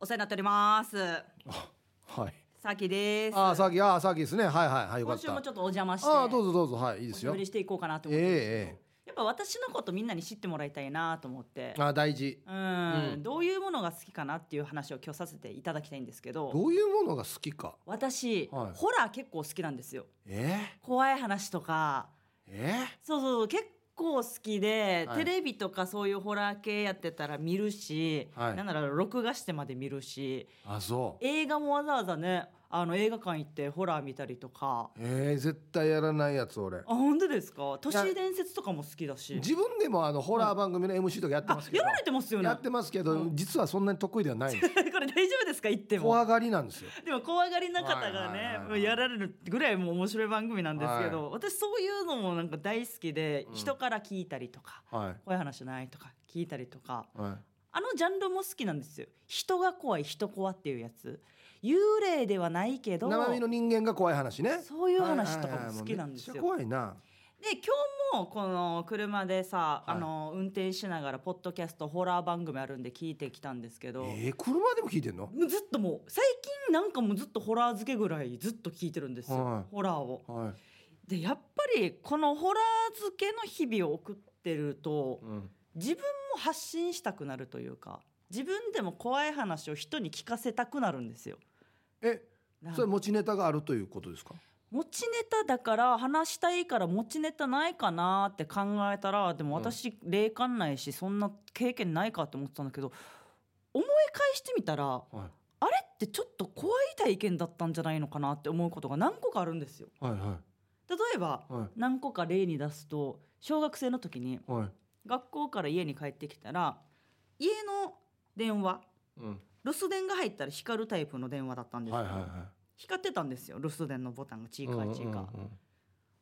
お世話になっております。はい。さきです。ああ、さっき、ああ、さっきですね。はいはいはい、よか今った。週もちょっとお邪魔して。ああ、どうぞどうぞ、はい、いいでおすしゃよべ。りしていこうかなとええ思って。えやっぱ私のことみんなに知ってもらいたいなと思ってえ。ああ、大事。うん、うんどういうものが好きかなっていう話を今日させていただきたいんですけど。どういうものが好きか。私、はいホラー結構好きなんですよ。え怖い話とか。ええそうそうそう結構好きで、はいテレビとかそういうホラー系やってたら見るし、はいなんなら録画してまで見るしえあ、そう。映画もわざわざねあの映画館行ってホラー見たりとかええ絶対やらないやつ、俺あ。本当ですか都市伝説とかも好きだし自分でもあのホラー番組の MC とかやってあますけやど、られてますよねやってますけど、うん実はそんなに得意ではないんで すこれ大丈夫ですか言っても怖がりなんですよでも怖がりな方がはいはいはいねはいもうやられるぐらいもう面白い番組なんですけど、私そういうのもなんか大好きで、うん人から聞いたりとかは怖い話ないとか聞いたりとかいはいあのジャンルも好きなんですよ。人が怖い、人怖っていうやつ。幽霊ではないけど、生身の人間が怖い話ねそういう話とかも好きなんですよ。はいはいはいもうめっちゃ怖いなで、今日もこの車でさ、はいあの運転しながらポッドキャストホラー番組あるんで聞いてきたんですけど、えー、車でも聞いてんのもうずっともう最近なんかもうずっとホラー漬けぐらいずっと聞いてるんですよ。はいホラーを。はい、で、やっぱりこのホラー漬けの日々を送ってると、うん、自分も発信したくなるというか、自分でも怖い話を人に聞かせたくなるんですよ。えなんかそれ持ちネタがあるということですか持ちネタだから話したいから持ちネタないかなって考えたらでもうん私霊感ないしそんな経験ないかって思ってたんだけど思い返してみたらはあれってちょっと怖い体験だったんじゃないのかなって思うことが何個かあるんですよ。いはいは例えばいはい何個か例に出すと小学生の時にはい学校から家に帰ってきたら家の電話うん留守電が入ったら光るタイプの電話だったんですはいけはいど、は光ってたんですよ留守電のボタンがチいーカーチーカー。うんうんうん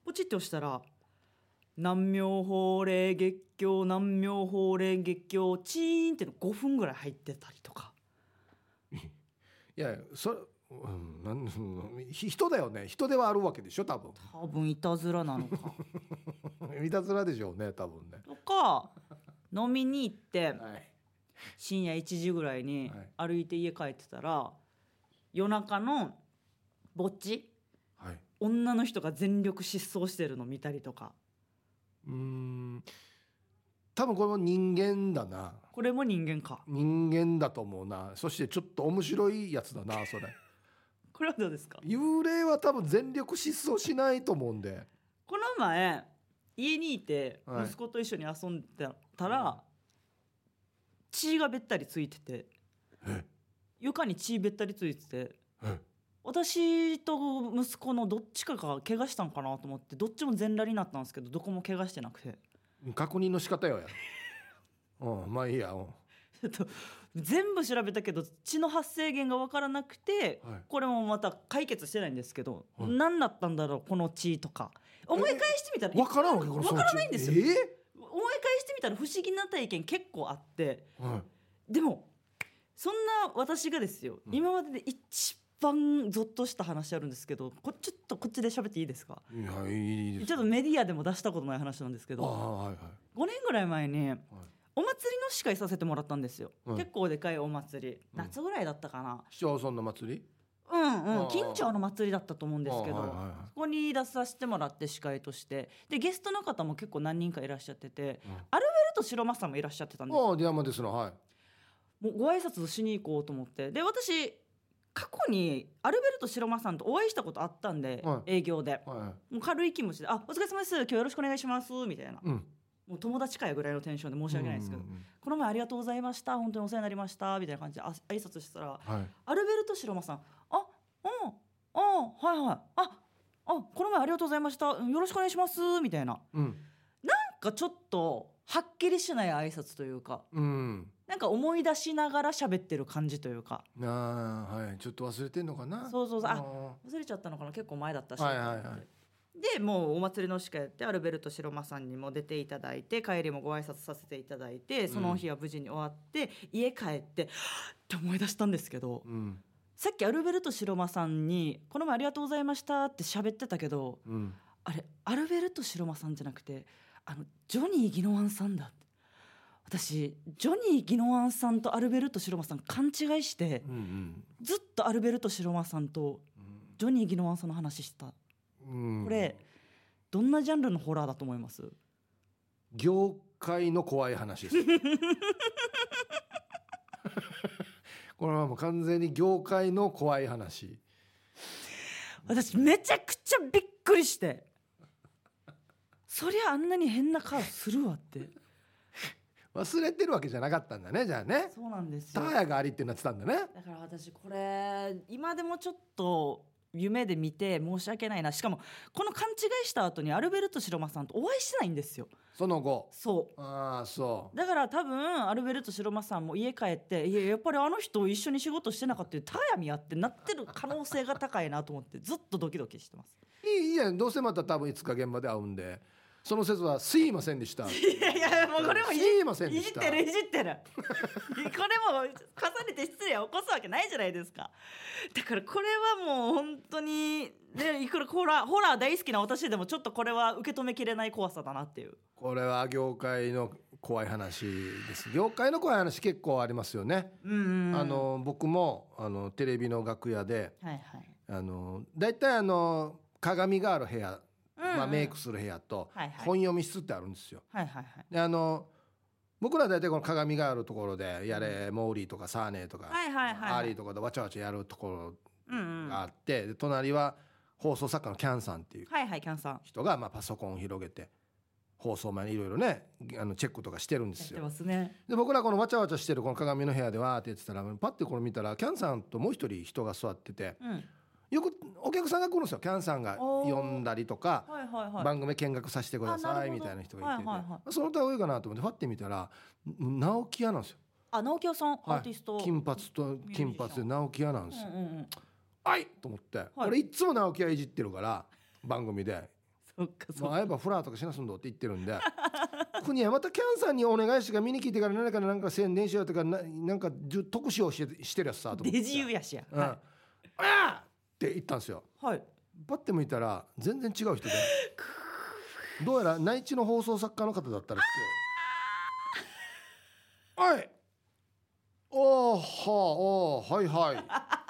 ポチって押したら「南明法令月経南明法令月経チーン」っての5分ぐらい入ってたりとかいやそれ、うん、なんうんひ人だよね人ではあるわけでしょ多分多分いたずらなのかいたずらでしょうね多分ね とか飲みに行ってはい深夜1時ぐらいに歩いて家帰ってたら夜中の墓地はい女の人が全力疾走してるの見たりとかうーん多分これも人間だなこれも人間か人間だと思うなそしてちょっと面白いやつだ なそれこれはどうですか幽霊は多分全力疾走しないと思うんでこの前家にいてはい息子と一緒に遊んでたら、うん血がべったりついててえ床に血べったりついててえ私と息子のどっちかが怪我したんかなと思ってどっちも全裸になったんですけどどこも怪我してなくて 確認の仕方よやうんまあいいや、うんちょっと全部調べたけど血の発生源が分からなくて、はいこれもまた解決してないんですけど、はい何だったんだろうこの血とか思い返してみたらわからんわけわからないんですよえ思い返してみたら不思議な体験結構あって。えはいでもそんな私がですよ、うん今までで一番ゾッとした話あるんですけどこちょっとこっちで喋っていいですかいやいいですちょっとメディアでも出したことない話なんですけあどあはいはい5年ぐらい前にお祭りの司会させてもらったんですよ、はい結構でかいお祭りうん夏ぐらいだったかな市町村の祭りうんうあんー近所の祭りだったと思うんですけああはいどはいそこに出させてもらって司会としてでゲストの方も結構何人かいらっしゃっててはいちょっと白松さんもいらっしゃってたんですああディアマンデスのはいもうご挨拶しに行こうと思ってで私過去にアルベルト白間さんとお会いしたことあったんで、は営業ではいはいもう軽い気持ちで「あお疲れ様です今日よろしくお願いします」みたいなうんもう友達かやぐらいのテンションで申し訳ないですけどうんうん「この前ありがとうございました本当にお世話になりました」みたいな感じであ挨拶したらうんはいアルベルト白間さん「あうんあはいはいああこの前ありがとうございましたうんよろしくお願いします」みたいなうんなんかちょっとはっきりしない挨拶というかうんなんか思い出しながら喋ってる感じというかああはいちょっと忘れてんのかなそうそうそうああ忘れちゃったのかな結構前だったし、はいはいはいでもうお祭りの司会やってアルベルト白間さんにも出ていただいて帰りもご挨拶させていただいてその日は無事に終わって、家帰ってはぁって思い出したんですけど、うんさっきアルベルト白間さんに「この前ありがとうございました」って喋ってたけどうんあれアルベルト白間さんじゃなくてあのジョニー・ギノワンさんだって私ジョニー・ギノワンさんとアルベルト・シロマさん勘違いしてうんうんずっとアルベルト・シロマさんとジョニー・ギノワンさんの話してたうんこれどんなジャンルのホラーだと思います業界の怖い話 ですこれはもう完全に業界の怖い話私めちゃくちゃびっくりしてそりゃあんなに変な顔するわって忘れてるわけじゃなかったんだねじゃあねそうなんですタよーヤがありってなってたんだねだから私これ今でもちょっと夢で見て申し訳ないなしかもこの勘違いした後にアルベルト・シロマさんとお会いしてないんですよその後そうああそだから多分アルベルト・シロマさんも家帰っていややっぱりあの人一緒に仕事してなかったよタヤミやってなってる可能性が高いなと思ってずっとドキドキしてます。ういいいいやんどうせまた多分いつか現場で会うんでその説は「すいません でした」いやいやもうこれもいじすいませんでいじっしたてるいじってるこれも重ねて失礼を起こすわけないじゃないですかだからこれはもう本当にねいくらホラーホラー大好きな私でもちょっとこれは受け止めきれない怖さだなっていうこれは業界の怖い話です業界の怖い話結構ありますよね、うんうんあの僕もあのテレビの楽屋ではいはい、あの大体あの鏡がある部屋、うんうんまあ、メイクする部屋とはいはい本読み室ってあるんですよ。はいはいはいであの僕ら大体この鏡があるところでやれモーリーとかサーネーとか、はいはいはいはいアーリーとかでわちゃわちゃやるとこうんうろんがあって、で隣は放送作家のキャンさんっていうはいはいキャンさん人が、まあ、パソコンを広げて放送前にいろいろねあのチェックとかしてるんでやっすてよ。ますねで僕らこのわちゃわちゃしてるこの鏡の部屋でわーってやってたらパッてこれ見たらキャンさんともう一人人が座っててうんはいよくお客さんが来るんですよキャンさんがおー呼んだりとかはいはい番組見学させてくだあなさるいほどみたいな人がいてて、はいはいはその他多いかなと思ってファって見たらん直木屋なんですよあ直木屋さん、はいアーティスト金髪とミュージシャン金髪で直木屋なんですよう。んうんうんはいと思って、俺いっつも直木屋いじってるから番組でそっか「そっもうか会えばフラーとかしなすんど」って言ってるんで 国はまたキャンさんにお願いしてから見に聞いてから何かなんか宣伝しようとかななんかじゅ特集をしてしてるやつさと思ってデジユやしや、うん、ああって言ったんですよ。はいはいパッて向いたら全然違う人でどうやら内地の放送作家の方だったらしくはいおーはあおーはいはいっ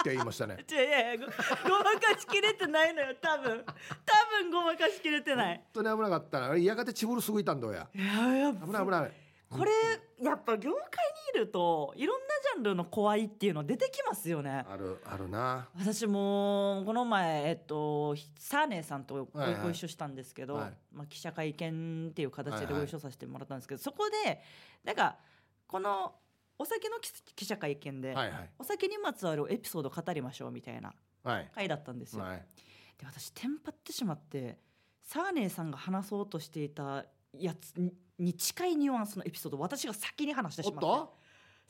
て言いましたねいやいやいやごごまかしきれてないのよ多分多分ごまかしきれてない本当に危なかったなあれやがてチブルすぐいたんだやいやいや危ない危ないこれやっぱ業界にいるといろんなジャンルの怖いっていうの出てきますよねあるあるな私もこの前、えっと、サーネーさんとご,、はいはい一緒したんですけど、はいまあ、記者会見っていう形はいではいご一緒させてもらったんですけど、そこでなんかこのお酒の記記者会見で、はいはいお酒にまつわるエピソード語りましょうみたいなはい回だったんですよ。はいで私テンパってしまってサーネーさんが話そうとしていたやつにに近いニュアンスのエピソードを私が先に話しておしっまってと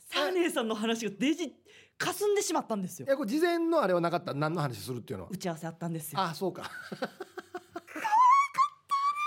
サーネーさんの話がデジ霞んでしまったんですよえこれ事前のあれはなかった何の話するっていうのは打ち合わせあったんですよ あそうか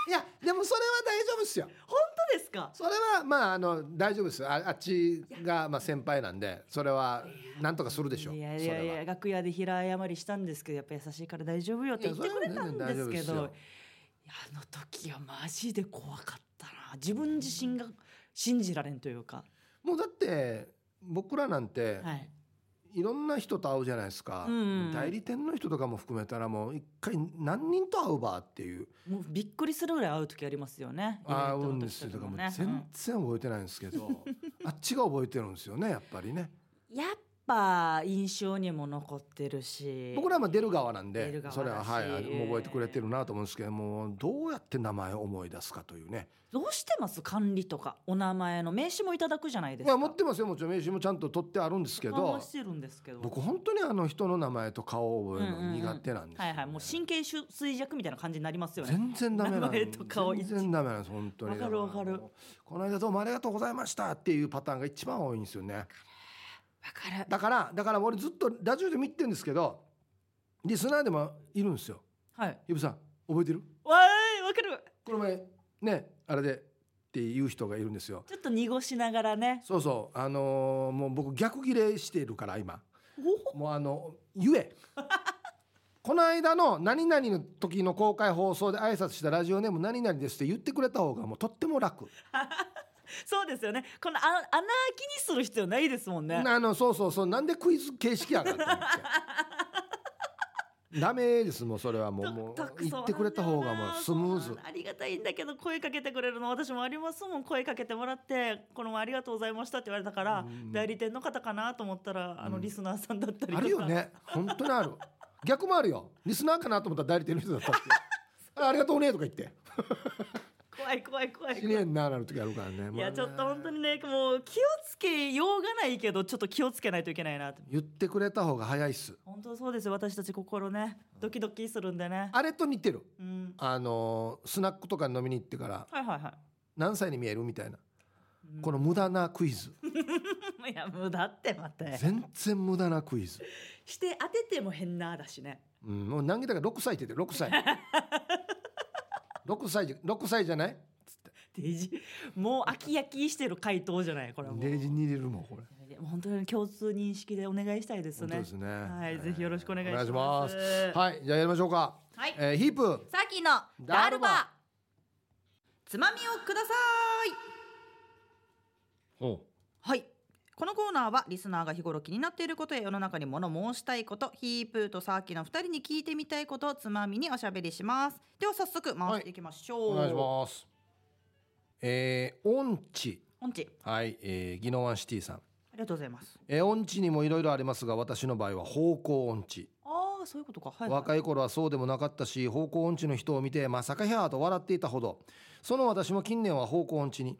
いやでもそれは大丈夫っすよ本当ですかそれはまああの大丈夫ですああっちがまあ先輩なんでそれはなんとかするでしょういやいやいや楽屋で平謝りしたんですけどやっぱ優しいから大丈夫よって言ってくれたんですけいやそれは全然大丈夫どでいやあの時はマジで怖かったな自分自身が信じられんというか、もうだって僕らなんてはい、いろんな人と会うじゃないですか、うんうんうん代理店の人とかも含めたらもう一回何人と会うばっていうもうびっくりするぐらい会う時ありますよね会うイんベントでの時すよとだからももうね全然覚えてないんですけど、 あっちが覚えてるんですよねやっぱりねやっぱ印象にも残ってるし僕らはまあ出る側なん出でる側だしそれははいもう覚えてくれてるなと思うんですけどもうどうやって名前を思い出すかというねどうしてます管理とかお名前の名刺もいただくじゃないですか、まあ持ってますよもちろん名刺もちゃんと取ってあるんですけ顔はどしてるんですけど僕本当にあの人の名前と顔を覚えるの苦手なんですよね、はいはいもう神経衰弱みたいな感じになりますよね全然ダメな名ん前と顔一全然ダメなんです本当わにかるわかるだらこの間どうもありがとうございましたっていうパターンが一番多いんですよねわかるだからだから俺ずっとラジオで見てるんですけどリスナーでもいるんですよはいイブさん覚えてるわーいわかるこの前ねあれでっていう人がいるんですよちょっと濁しながらねそうそうあのーもう僕逆ギレしているから今おもうあのゆ えこの間の何々の時の公開放送で挨拶したラジオネーム何々ですって言ってくれた方がもうとっても楽そうですよねこのあ穴開きにする必要ないですもんねなあのそうそうそうなんでクイズ形式やがって思ってダメですもうそれはもうもうたくさ言んってくれた方がもうスムーそうズありがたいんだけど声かけてくれるの私もありますもん声かけてもらってこの前ありがとうございましたって言われたから、うん代理店の方かなと思ったらあのうんリスナーさんだったりとか、あるよね本当にある逆もあるよリスナーかなと思ったら代理店の人 だったってあありがとうねとか言って怖い怖い怖い知り合いになる時あるからねいまあやねちょっと本当にねもう気をつけようがないけどちょっと気をつけないといけないなって言ってくれた方が早いっす本当そうですよ私たち心ねドキドキするんでねあれと似てるうんあのースナックとかに飲みに行ってからはいはいはい何歳に見えるみたいなうんこの無駄なクイズ いや無駄ってまた全然無駄なクイズして当てても変なだしねうんもう何気だから6歳って言ってる6歳 6歳じゃ6歳じゃないデジもう飽き飽きしてる回答じゃないこれはもうレジに入れるもんこれいや本当に共通認識でお願いしたいです本当ねですねはいえーぜひよろしくお願いしますお願いしますはいじゃあやりましょうかはいえーヒープさきのダールバつまみをくださいほはい。このコーナーはリスナーが日頃気になっていることや世の中に物申したいこと、ヒープーとサーキの二人に聞いてみたいことをつまみにおしゃべりします。では早速回していきましうょう。お願いしますえー、オンチオンチ、はい、えー、ギノワンシティさんありがとうございます。えー、音痴にもいろいろありますが私の場合は方向音痴ああ、そういうことか。はい、若い。い頃はそうでもなかったし方向音痴の人を見てまさかひゃーと笑っていたほどその私も近年は方向音痴に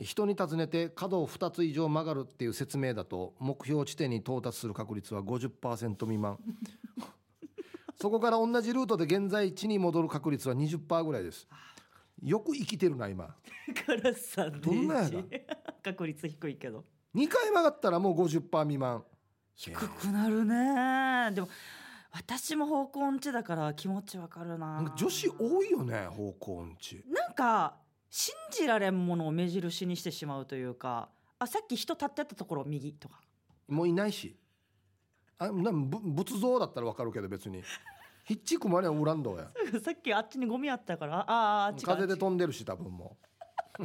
人に尋ねて角を2つ以上曲がるっていう説明だと目標地点に到達する確率は50%未満 そこから同じルートで現在地に戻る確率は20%ぐらいですよく生きてるな今カラスさんどんなやだデイジー 確率低いけど。 2回曲がったらもう50%未満低くなるね。でも私も方向音痴だから気持ちわかるな。なんか女子多いよね方向音痴なんか信じられんものを目印にしてしまうというか、あ、さっき人立ってたところ右とか。 もういないしあなんぶ仏像だったらわかるけど別にひっちくまりはウランドやさっきあっちにゴミあったから、ああー、あっちか風であっ飛んでるし多分も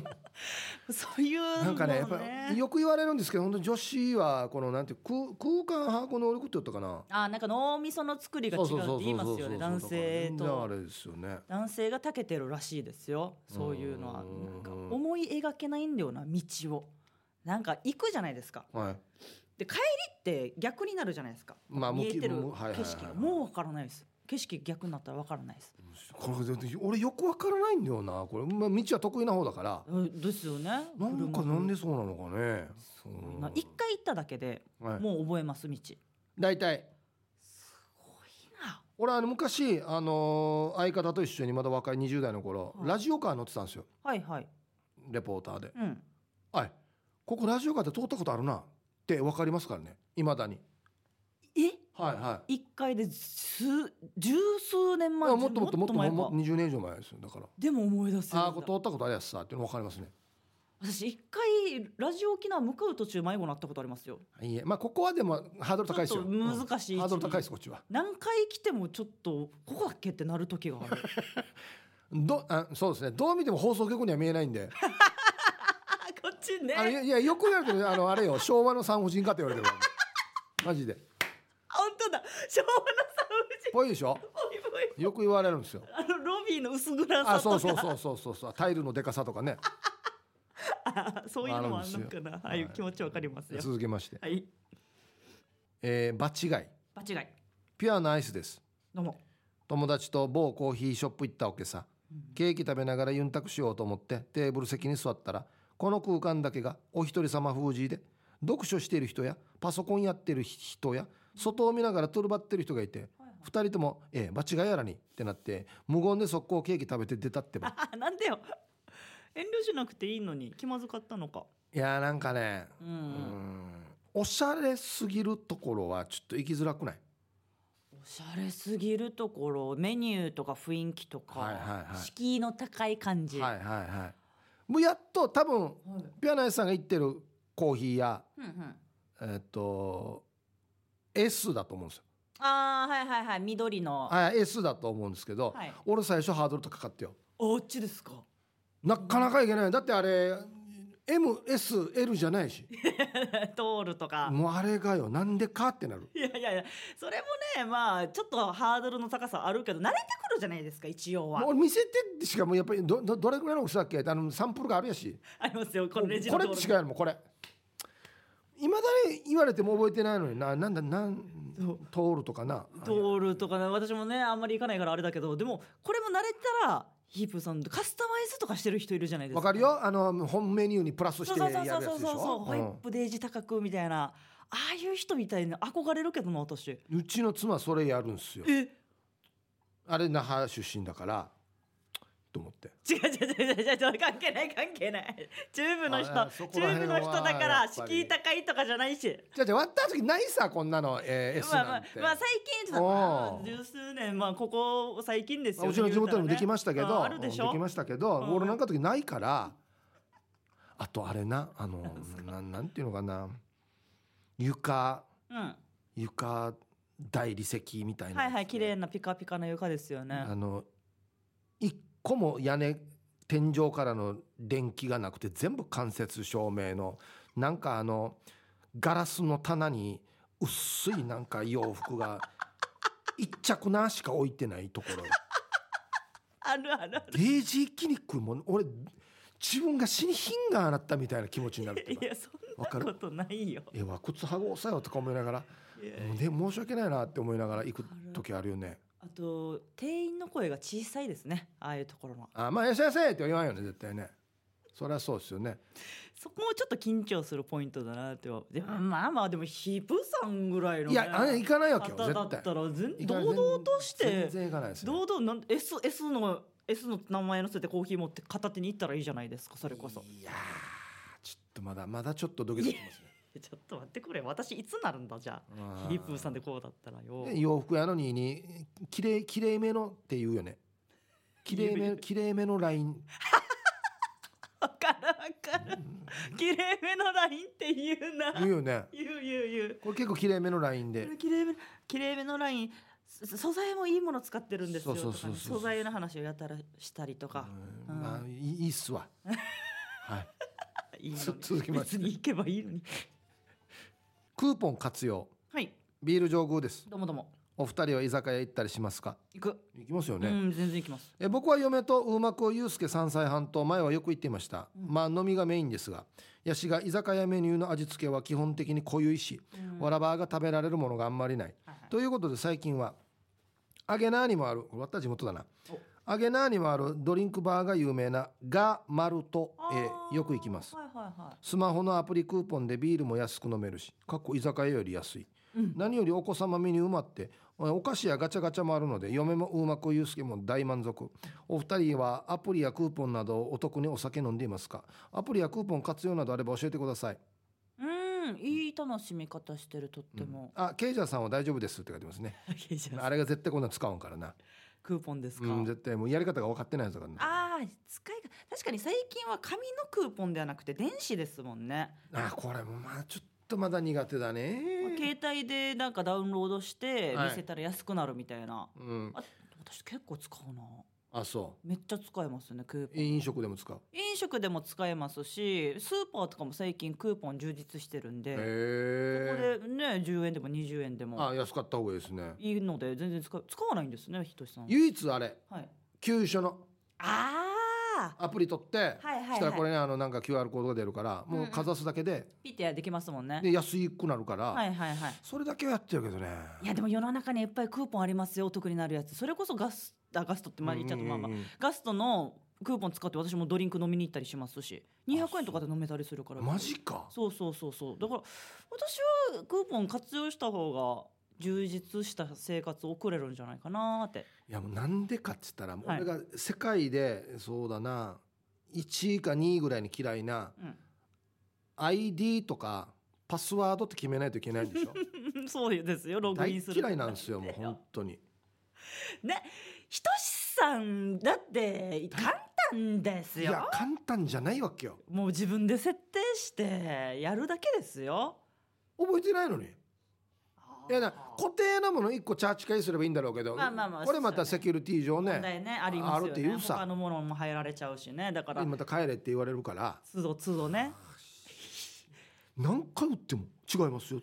ちそういううのなんかねやっぱね。よく言われるんですけど本当女子はこのなんていう空空間把握能力って言ったかなあーなんか脳みその作りが違うって言いますよね、男性だから全然あと。れですよね男性が長けてるらしいですよ。そういうのは、うんなんか思い描けないんだよな、道を。なんか行くじゃないですか。はいで、帰りって逆になるじゃないですか。まあもう見えてるもうはいはいはい景色がもうわからないです。景色逆になったらわからないです。これ俺よくわからないんだよなこれ、まあ、道は得意な方だからうんですよね。なんかなんでそうなのかね車今一回行っただけで、はいもう覚えます道。大体いいな俺あの昔、あのー相方と一緒にまだ若い20代の頃、はいラジオカー乗ってたんですよはいはい。レポーターでうん。 「はいここラジオカーで通ったことあるな」って分かりますからねいまだにえはいは一回で数十数年い、前あもっともっともっともっ前とかもっと20年以上前ですよだからでも思い出せるんだああこれ通ったことあるやつさっていうの分かりますね私一回ラジオ沖縄向かう途中迷子になったことありますよいいえまあここはでもハードル高いですよちょっと難しいうんハードル位置に高いですこっちは何回来てもちょっとここだっけってなる時があるどあそうですねどう見ても放送局には見えないん であこっちね あのいやいやよく言われてるあのあれよ昭和の産婦人科って言われてるマジで本当だ昭和の産ぽいでしょ婦人ぽいぽいよく言われるんですよあのロビーの薄暗さとかあそうそうそうそうそうそうタイルのでかさとかねあ そういうのもあんのあるかんですなよああいうはい気持ちわかりますよ続けまして、はいえー、場違い間違いピュアなアイスですどうも友達と某コーヒーショップ行ったわけさケーキ食べながらユンタクしようと思ってテーブル席に座ったらこの空間だけがお一人様封じで読書している人やパソコンやってる人や外を見ながらトルバってる人がいて2人とも「ええ場違いやらに」ってなって無言で速攻ケーキ食べて出たってばあなんでよ遠慮しなくていいのに気まずかったのかいやーなんかねううんんおしゃれすぎるところはちょっと行きづらくないおしゃれすぎるところメニューとか雰囲気とか、はいはいはい敷居の高い感じ、はいはいはいもうやっと多分はいピアナイスさんが行ってるコーヒーやうんうん、えっと S だと思うんですよあーはいはいはい緑の、あ S だと思うんですけど、はい俺最初ハードル高かったよあっちですかなかなかいけないだってあれ MSL じゃないし 通るとか。もうあれがよなんでかってなるいやいやいや、それもね、まあ、ちょっとハードルの高さあるけど、慣れてくるじゃないですか、一応はも。う見せてってしかもうやっぱりどどどれぐらいの大きさだっけあのサンプルがあるやしありますよ、このレジこのれとっこてろしかやるもんこれいまだに言われても覚えてないのにななんだなん通るとかな通るとかね、私もね、あんまり行かないからあれだけど、でも、これも慣れたら、ヒープーさん、カスタマイズとかしてる人いるじゃないですわか。かるよあの本メニューにプラスしそうてそやうるそうそうやそうつでしょホイップデージ高くみたいな、ああいう人みたいな憧れるけどな私うんうちの妻それやるんすよえ違うあれ那覇出身だからと思って違う違う違う違う関係ない関係ないチューブの人ああそこチュら辺ーブの人だかはやらっぱり敷居高いとかじゃないしじゃあじゃあ割った時ないさこんなの、えー、S まあまなあんて、まあ最近ちょっとまおあう十数年まあここ最近ですよ、ね、うちの地元にもで言きうましたけらねど、ああるでしでょきましたけど、うん俺なんかの時ないからあとあれなあのなんなんていうのかな床うん床大理石みたいなやはつね、いはい綺麗なピカピカな床ですよねあの一個も屋根天井からの電気がなくて全部間接照明のなんかあのガラスの棚に薄いなんか洋服が 一着なしか置いてないところあるあるあるゲージ一気に来るもん俺自分が死に品がなったみたいな気持ちになるっていいうかやそんなことないよえわ靴はごうさよとか思いながらいやで申し訳ないなって思いながら行く時あるよねあと店員の声が小さいですねああいうところのあまあいらっしゃいませって言わんよね絶対ねそりゃそうですよねそこもちょっと緊張するポイントだなってはでもまあまあでもヒプさんぐらいの、ね、いやあれ行かないわけよ方だった絶対ら全行かない堂々とし全て然行かないですね堂々なん S, S の S の名前乗せてコーヒー持って片手に行ったらいいじゃないですかそれこそいやーちょっとまだまだちょっとドキドキしますねちょっと待ってくれ私いつなるんだじゃああーヒリプーさんでこうだったらよで洋服やのににきれいきれいめのって言うよねきれいめきれいめのラインわかるわかる綺麗めのラインって言うな言うよね言う言う言うこれ結構きれいめのラインで綺麗め綺麗めのラインす素材もいいもの使ってるんですよそとうそうかそうそうね素材の話をやたらしたりとか、うんまあいいいいっすわはいいいのにつ続きま別すに行けばいいのにクーポン活用はいビール上宮ですどうもどうもお二人は居酒屋行ったりしますか行く、行きますようね、ん全然行きますえ僕は嫁とうまくゆうすけ3歳半と前はよく行っていました、うんまあ飲みがメインですがヤシが居酒屋メニューの味付けは基本的に濃ゆいし、うんわらばが食べられるものがあんまりない、はいはいということで最近は揚げなーにもあるこれ私地元だな揚げなーにもあるドリンクバーが有名なガマルトあへーよく行きますはいはいはスマホのアプリクーポンでビールも安く飲めるしかっこ居酒屋より安いい、うん、何よりお子様メニューもあってお菓子やガチャガチャもあるので嫁もうまくゆうすけも大満足お二人はアプリやクーポンなどお得にお酒飲んでいますかアプリやクーポン活用などあれば教えてください、うんいい楽しみ方してるとっても、あケイジャーさんは大丈夫ですって書いてますねいいじゃんあれが絶対こんなん使うんからな、クーポンですか、うん、絶対もうやり方が分かってないやつだからなあー使いが確かに最近は紙のクーポンではなくて電子ですもんね、あこれもまあちょっとまだ苦手だね携帯でなんかダウンロードしてはい見せたら安くなるみたいな、うんあ私結構使うなあそめっちゃ使えますねクーうポン飲食でも使う飲食でも使えますしスーパーとかも最近クーポン充実してるんへでここえでね10円でも20円でもあ安かった方がいいですねいいので全然使う使わないんですねひとしさんは唯一あれはい急所のああアプリ取って、はいはいはいしたらこれねあのなんか QR コードが出るからもうかざすだけで,、ピッてできますもんねで安くなるから、はいはいはいそれだけはやってるけどねいやでも世の中にいっぱいクーポンありますよお得になるやつそれこそガスあガストって前言っちゃったまあまあうんうんうんガストのクーポン使って私もドリンク飲みに行ったりしますし200円とかで飲めたりするからマジかそうそうそうそうだから私はクーポン活用した方が充実した生活を送れるんじゃないかなーっていやもうなんでかっつったら、もうはい俺が世界でそうだな1位か2位ぐらいに嫌いなうん ID とかパスワードって決めないといけないんでし ょそうですよログ大インっする嫌いなんですよもう本当にねひとしさんだって簡単ですいよや簡単じゃないわけよもう自分で設定してやるだけですよ覚えてないのにいやな固定なもの一個チャーチ会すればいいんだろうけど、まあまあまあこれまたセキュリティ上ね問題ねありますよねあるっていうさ他のものも入られちゃうしねだからまた帰れって言われるからつどつど ね何回打っても違いますよ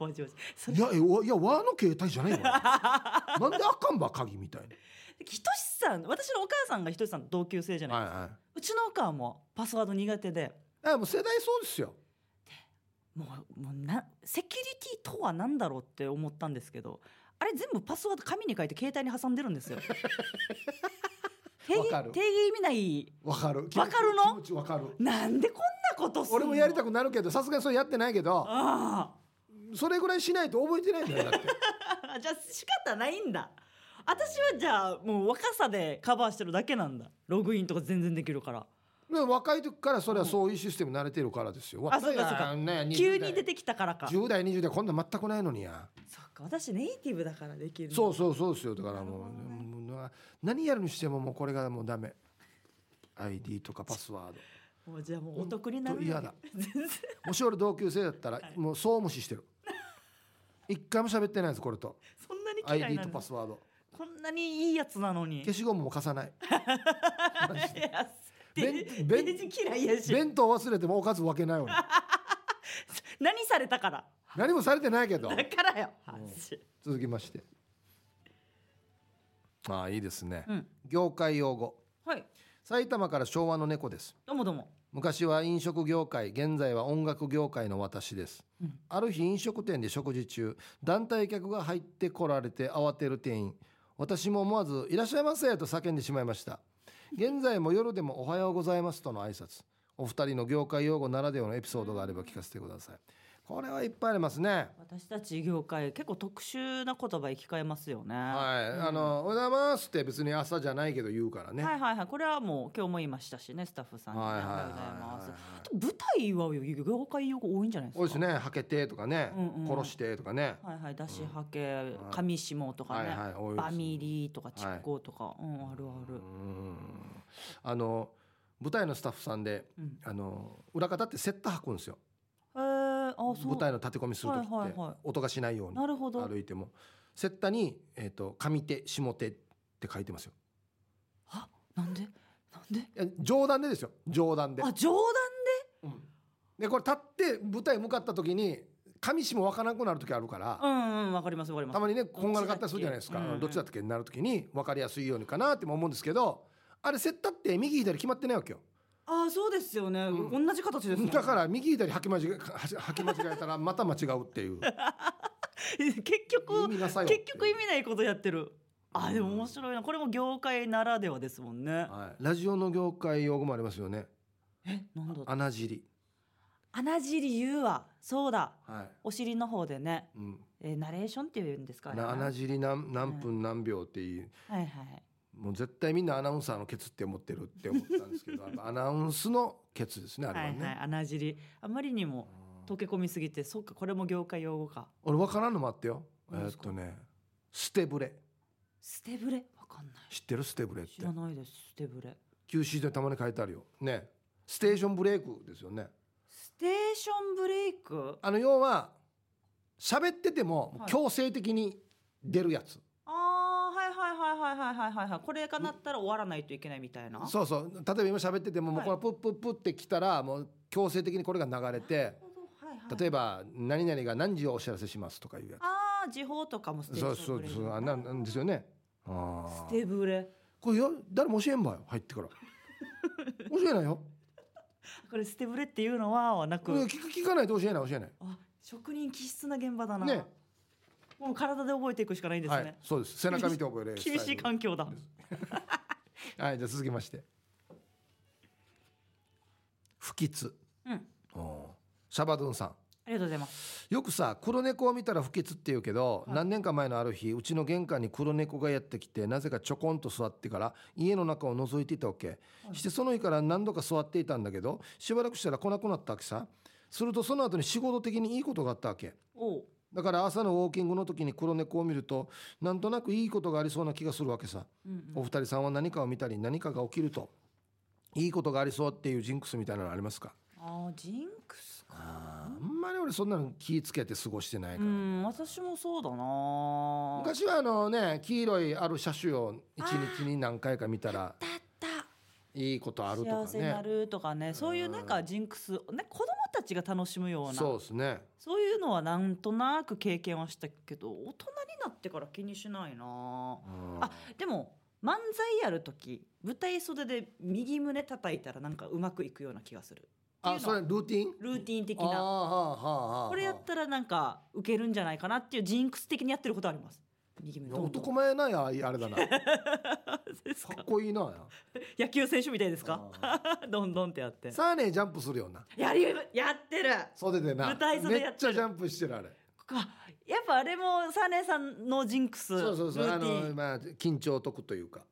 おじおじそれいやえわいや和の携帯じゃ ないわなんであかんば鍵みたいひとしさん私のお母さんがひとしさんと同級生じゃなない、はいはうちのお母もパスワード苦手でいあもう世代そうですよもうもうなセキュリティとは何だろうって思ったんですけどあれ全部パスワード紙に書いて携帯に挟んでるん ですよ定義わ定かる義意味ないわかるわかるの気持ちわかるなんでこんなことする俺のもやりたくくなるけどさすがにそれやってないけどあそれぐらいしないと覚えてないん だよだってあじゃあ仕方ないんだ私はじゃあもう若さでカバーしてるだけなんだログインとか全然できるからでも若い時からそれはそういうシステム慣れてるからですよ、あそうかそうか若いやんね急に出きてきたからか10代20代こんなん全くないのにやそっか私ネイティブだからできるそううそうそうですよだからなもるほうどねもうな何やるにしてももうこれがもうダメ ID とかパスワードもうじゃあもうお得になるほんと嫌だ 全然もし俺同級生だったらはいもう総無視 してる一回も喋ってないですこれとそんなに嫌い ID なとんパだスワードこんなにいいやつなのに消しゴムも貸さないマジでいやベンデベンデジ嫌いやし弁当忘れてもおかず分 けない俺何されたから何もされてないけどだからよん私続きましてああいいですね、うん業界用語はい埼玉から昭和の猫ですどうもどうも昔は飲食業界現在は音楽業界の私です、うんある日飲食店で食事中団体客が入ってこられて慌てる店員私も思わず「いらっしゃいませ」と叫んでしまいました現在も夜でも「おはようございます」との挨拶お二人の業界用語ならではのエピソードがあれば聞かせてくださいこれはいっぱいありますね私たち業界結構特殊な言葉生き返えますよねはい、うんあの「おはようございます」って別に朝じゃないけど言うからね、はいはいはいこれはもう今日も言いましたしねスタッフさんにねおはいはよはいはいうございますはいあと舞台は業界用語多いんじゃないですか多いですね「はけて」とかね、うんうん殺して」とかね、はいはい出しはけ、ん上下とかね、はいはい多いですバミリーとか蓄光とか、うんあるあるう、んあの舞台のスタッフさんでうん、あの裏方ってセッター履くんですよえー、あそう舞台の立て込みする時って、はいはいはい音がしないようになるほど歩いてもセッターに、えー、と上手下手って書いてますよあなんでなんでいや冗談でですよ冗談であ冗談うんでこれ立って舞台向かった時に上下分からなくなる時あるから、うんうんわかりますわかりますたまにねっちだっけこんがらかったりするじゃないですかうんうんどっちだったっけになる時に分かりやすいようにかなっても思うんですけどあれセッターって右左決まってないわけよあーそうですよね、うん同じ形ですもんねだから右左履き間違え履き間違えたらまた間違うっていう 結意局味なさよっていう結局意味ないことやってるあーでも面白いなこれも業界ならではですもんねはい、ラジオの業界用語もありますよねえなんだ穴尻穴尻言うわそうだはお尻の方でね、い、うん、えー、ナレーションっていうんですかあれな穴は尻何何分何秒っていう、はいはいもう絶対みんなアナウンサーのケツって思ってるって思ったんですけ どやっぱアナウンスのケツですねあれははね、いはい穴尻あまりにもうん溶け込みすぎてそっかこれも業界用語か俺分からんのもあってよえ何でーっすかとね捨てブレ捨てぶれわかんな知ってる捨てブレっいて知らないです捨てぶれ QC でたまに書いてあるよねステーションブレイクですよねステーションブレイクあの要は喋っててもはい強制的に出るやつ、ああはいはいはいはいはいはいはいはいこれがなったら終わらないといけないみたいなそうそう例えば今喋っててももうはいこれプップップってきたらもう強制的にこれが流れてはいはい例えば何々が何時をお知らせしますとかいうやああ時報とかもスつテそーうシそョンブうレイクそうあなんなんですよねあスーテブレこれよ誰も教えんばよ 入ってから教えないよこれステブレっていうのははなこれく聞く聞かないと教えない教えないあ職人気質な現場だな、ねもう体で覚えていくしかないんですはね、いそうです背中見て覚える厳しい環境だはいじゃあ続 きまして不吉うんあおーシャバドゥンさんりがとうございますよくさ黒猫を見たら不潔って言うけど、はい何年か前のある日うちの玄関に黒猫がやってきてなぜかちょこんと座ってから家の中を覗いていたわけ、いしてその日から何度か座っていたんだけどしばらくしたら来なくなったわけさするとその後に仕事的にいいことがあったわけおうだから朝のウォーキングの時に黒猫を見るとなんとなくいいことがありそうな気がするわけさうんうおん二人さんは何かを見たり何かが起きるといいことがありそうっていうジンクスみたいなのありますかあージンクスかあんんまり俺そんなの気ぃつけて過ごしてないかうら、ん私もそうだな昔はあのね黄色いある車種を一日に何回か見たらだったいいことあると幸かせになねるとかねそういうなんかジンクス、ね、子供たちが楽しむようなそうですねそういうのはなんとなく経験はしたけど大人になってから気にしないなうんあでも漫才やる時舞台袖で右胸叩いたらなんかうまくいくような気がするあそれルーティンルーティン的あーはなあはあはあこれやったらなんか受けるんじゃないかなっていうジンクス的にやってることあります右胸どんどん男前なやあれだ なかですかっこいいなや野球選手みたいですかあどんどんってやってサーネージャンプするよなやりやってる袖でな舞台袖めやっってちるゃジャンプしてるあれかやっぱあれもサーネさんのジンクスそうそうそうルあーティのンまあ緊張を解くというか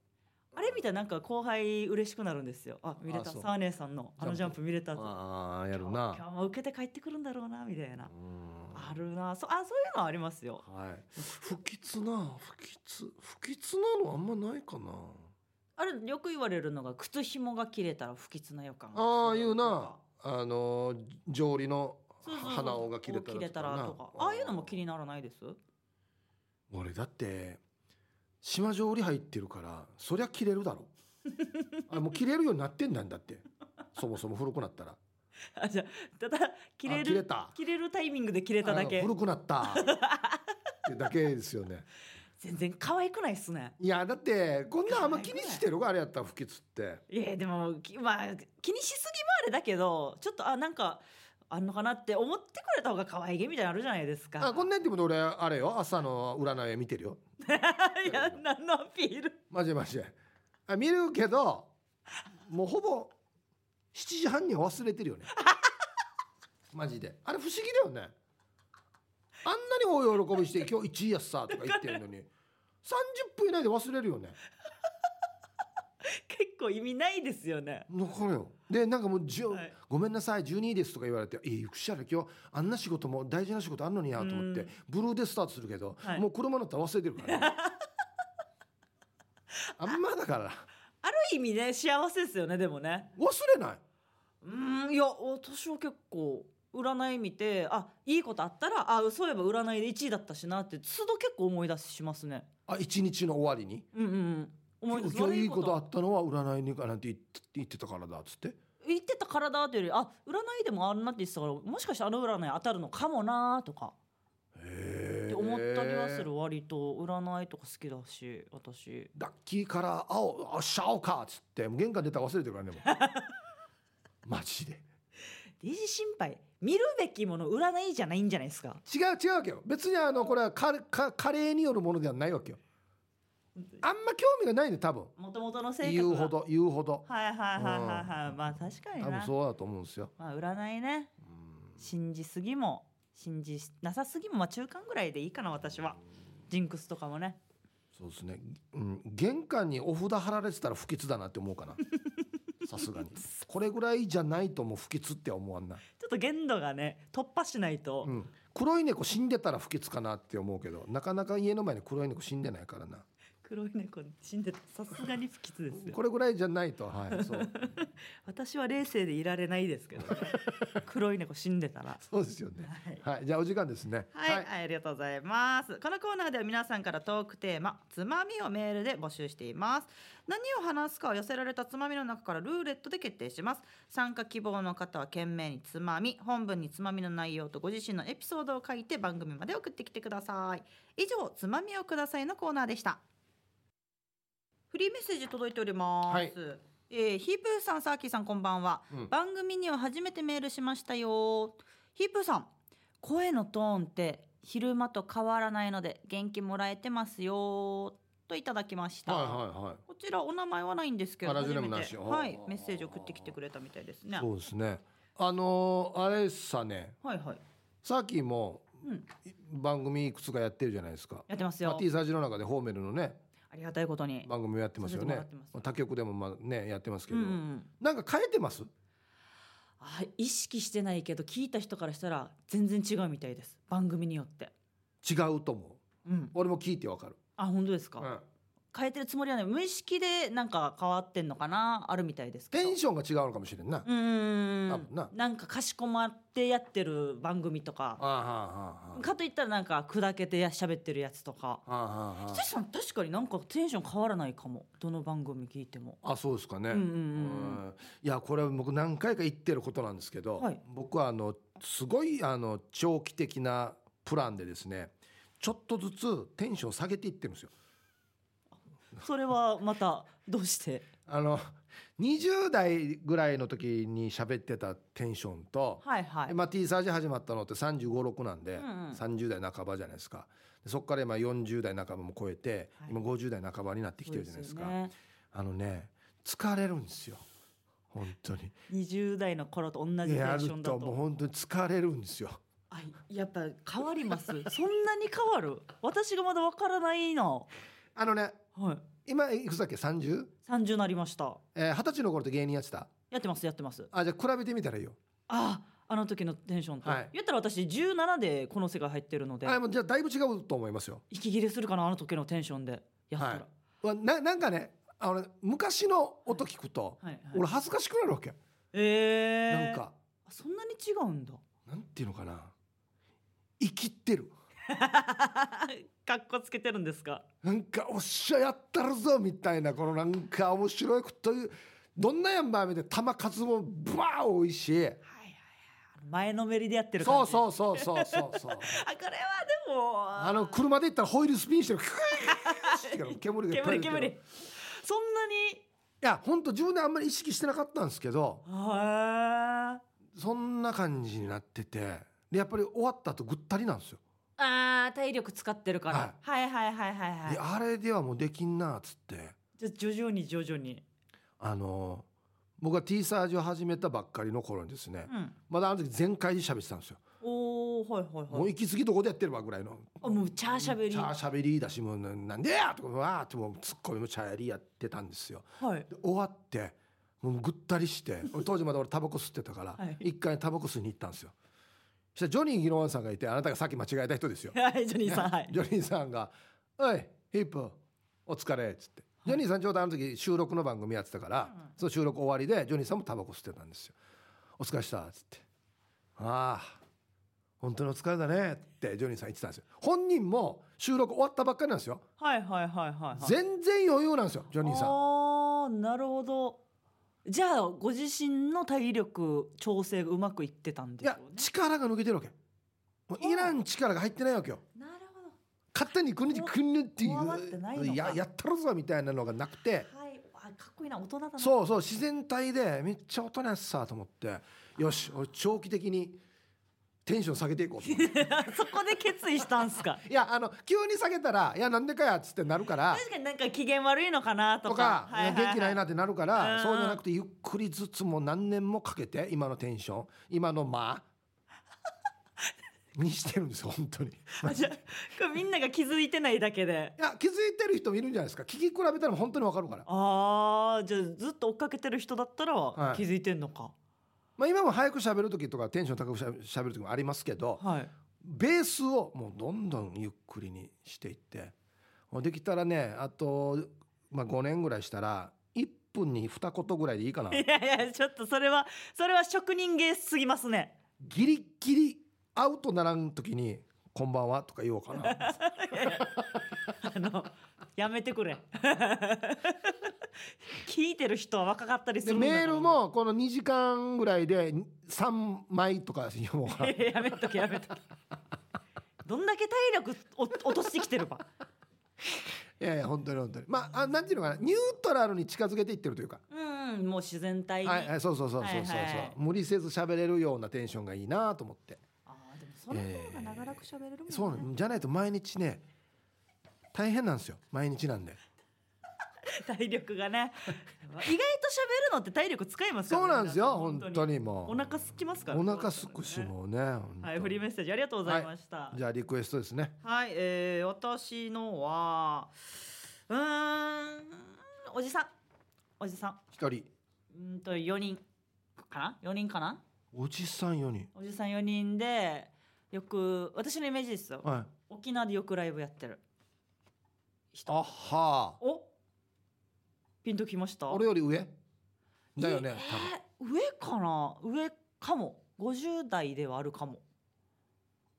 あれ見たらなんか後輩嬉しくなるんですよあ見れあたそうサーネさんのあのジャンプ見れたとああやる今な日も受けて帰ってくるんだろうなみたいなうんあるなそあそういうのはありますよはい不吉な不吉不吉なのあんまないかなあれよく言われるのが靴紐が切れたら不吉な予感ああすいるうとかなあの上理のそうそうそう鼻緒が切れたら切れたらとかああいうのも気にならないです俺だって島上り入ってるからそりゃ切れるだ ろあもう切れるようになってんだんだってそもそも古くなったらあじゃあただ切れあ切れるた切れるタイミングで切れただあけ古くなったってだけですよね全然可愛くないっすねいやだってこんなんあんま気にしてるかあれやったら不吉っていやでもきまあ気にしすぎもあれだけどちょっとあなんかあんのかなって思ってくれた方が可愛げみたいなのあるじゃないですかあこんなん言っても俺あれよ朝の占い見てるよ いや何のアピールマジでマジであ見るけどもうほぼ7時半には忘れてるよね マジであれ不思議だよねあんなに大喜 びして「今日1位やっさ」とか言ってるのに30分以内で忘れるよね結構意味ないですよねだからよでなんかもうじゅう、はいごめんなさい12位です」とか言われて「えよくしゃら今日あんな仕事も大事な仕事あんのにや」と思っうてんブルーでスタートするけど、はいもう車乗ったら忘れてるから、 ね、あんまだからある意味ね幸せですよねでもね忘れないうーんいや私は結構占い見てあいいことあったらあそういえば占いで1位だったしなって都度結構思い出しますねあ一日の終わりにうんうんうん思い出す今日いいことあ悪ったのは占いにかなんて言って言ってたからだっつって言ってた体というよりあ占いでもあんなって言ってたからもしかしてあの占い当たるのかもなとかって思ったりはする割と占いとか好きだし私ラッキーから青あシャオかっつってもう玄関出たら忘れてるからねも うマジで理事心配見るべきもの占いじゃないんじゃないですか違う違うわけよ別にあのこれはカレカカレーによるものではないわけよあんま興味がないね多分もともとの性格言うほがど言うほどはいはいはいはいはいまあ確かに多分なそうだと思うんですよまあ占いね信じすぎも信じなさすぎもまあ中間ぐらいでいいかな私はジンクスとかもねそうですね、うん、玄関にお札貼られてたら不吉だなって思 うかなさすがにこれぐらいじゃないともう不吉っては思わんなちょっと限度がね突破しないと、うん、黒い猫死んでたら不潔かなって思うけどなかなか家の前に黒い猫死んでないからな黒い猫死んでたさすがに不吉ですよこれぐらいじゃない とはいそう私は冷静でいられないですけど、 ね、黒い猫死んでたらそうですよねはいはいじゃあお時間ですねはい、はいありがとうございます。このコーナーでは皆さんからトークテーマ、つまみをメールで募集しています。何を話すかを寄せられたつまみの中からルーレットで決定します。参加希望の方は懸命につまみ、本文につまみの内容とご自身のエピソードを書いて番組まで送ってきてください。以上、つまみをくださいのコーナーでした。フリーメッセージ届いております。はいえーヒープーさん、サーキーさん、こんばんは。うん番組には初めてメールしましたよヒープーさん声のトーンって昼間と変わらないので元気もらえてますよといただきました、はいはいはいこちらお名前はないんですけどあラジオネーム初めなてしはいあーメッセージ送ってきてくれたみたいですねそうですねあのーあれさねはいはいさっきもうん番組いくつかやってるじゃないですかやってますまあよ T サージの中でホーメルのねありがたいことに、番組をやってますよさせてもらねってますまあ他局でもまあねやってますけうんど、うんうんなんか変えてますあ意識してないけど聞いた人からしたら全然違うみたいです番組によって違うと思ううん俺も聞いてわかるあ本当ですか、うん変えてるつもりはない無意識でなんか変わってんのかなあるみたいですけテどンションが違うのかもしれんな、うー多分んななんかかしこまってやってる番組とあかはあはあかといったらなんか砕けてや喋ってるやつとかあはあはひつしさん確かになんかテンション変わらないかもどの番組聞いてもああそうですかね、うんうんうんうんいやこれは僕何回か言ってることなんですけど、はい僕はあのすごいあの長期的なプランでですねちょっとずつテンション下げていってるんですよ。それはまたどう してあの20代ぐらいの時に喋ってたテンションと、はいはいまあ、T サージ始まったのって3 5 6なんで、うんうん30代半ばじゃないですかでそこから今40代半ばも超えて、はい今50代半ばになってきてるじゃないですかあのね疲れるんですよ本当に20代の頃と同じテやンるションだとともう本当に疲れるんですよあやっぱ変わります そんなに変わる私がまだわからないなはあのねい今いくつだっけ 30? 30なりましたえー二十歳の頃って芸人やってたやってますやってますあじゃあ比べてみたらいいよあああの時のテンションと、はい言ったら私17でこの世界入ってるのであもうじゃあだいぶ違うと思いますよ息切れするかなあの時のテンションでやったら、はいわななんかねあのね昔の音聞くと、はいはい俺恥ずかしくなるわけ、えー、なんかあそんなに違うんだなんていうのかな生きってるかっこつけてるんですかなんかおっしゃやったるぞみたいなこのなんか面白いこというどんなやんばめで球数もブワー多いしはいはいはいあの前のめりでやってるそ感うじそうそうそうそ うそうあこれはでもあの車で行ったらホイールスピンしてるクイーッて煙がいっぱい煙出て煙るそんなにいや本当自分であんまり意識してなかったんですけどあそんな感じになっててでやっぱり終わった後ぐったりなんですよ、あー体力使ってるから、はい、はいはいはいはいであれではもうできんなっつってじゃあ徐々に徐々にあの僕が T サージを始めたばっかりの頃にですね、うんまだあの時全開で喋ってたんですよ、おーはいはいもはうい行き過ぎどこでやってるわぐらいのあもうチャーしゃべりチャーしゃべりだしもうななんでやとかわーってもうツッコミもチャーやりやってたんですよはいで終わってもうぐったりして俺当時まだ俺タバコ吸ってたから、はい一回タバコ吸いに行ったんですよそしたらジョニー・ギノワンさんがいてあなたがさっき間違えた人ですよはい、ジョニーさん、はい。ジョニーさんが「おいヒップお疲れ」っつってジョニーさんちょうどあの時収録の番組やってたから、うんその収録終わりでジョニーさんもタバコ吸ってたんですよ「お疲れした」っつって「ああ本当にお疲れだね」ってジョニーさん言ってたんですよ本人も収録終わったばっかりなんですよはいはいはいはい。全然余裕なんですよジョニーさんああ、なるほど。じゃあ、ご自身の体力調整がうまくいってたんいでしょやうね。力が抜けてるわけもういらん力が入ってないわけよなるほ勝手にくんにくんにっていこわばってないのうかややったるぞみたいなのがなくてど。はい、わあ、かっこいいな、大人だな。そうそう自然体でめっちゃ大人やっさと思ってよし俺長期的にテンション下げていこうと思 ってそこで決意したんす か。いやあの急に下げたら「いやなんでかや」っつってなるから確かになんか機嫌悪いのかなととかか。元気ないな。ってなるかうんらそうじゃなくてゆっくりずつもう何年もかけて今のテンション今 の間にしてるんですよ本当に。あじゃあ、これみんなが気づいてないだけ で。いや気づいてる人もいるんじゃないですか聞き比べたら本当にわかるから、ああ、じゃあずっと追っかけてる人だったらはい気づいてんのか。まあ、今も早く喋る時とかテンション高くしゃしゃべる時もありますけど、はい。ベースをもうどんどんゆっくりにしていってもうできたらねあと、まあ、5年ぐらいしたら1分に2言ぐらいでいいかないや いや、ちょっとそれは、それは職人芸すぎますね。ギリギリアウトならん時に「こんばんは」とか言おう かなあの、やめてくれ。聞いてる人は若かったりすでるんだからメール。もこの2時間ぐらいで3枚とか読もうかいなやい ややめとけ、やめとけ。どんだけ体力お落としてきてるか。いやいや本当に本当にまああなんていうのかなニュートラルに近づけていってるというかうん、もう自然体に。はい、はい、そうそうそうそうそうそう、はいはい無理せず喋れるようなテンションがいいなと思ってああ、でも、その方が長らく喋れるもん、ねそうなんじゃないと毎日ね大変なんですよ毎日なんで体力がね。意外と喋るのって体力使いますからそねうなんですよ本当。にもうお腹すきますから、お腹すくし。もうねはい、フリーーメッセージありがとうございました。じゃあリクエストですねはい、えー、私のはうーんおじさんおじさん一人うーんと4人かな4人かなおじさん4人おじさん4人でよく私のイメージですよは沖縄でよくライブやってる人あはあおピンときました俺より上だよねえー上かな上かも50代ではあるかも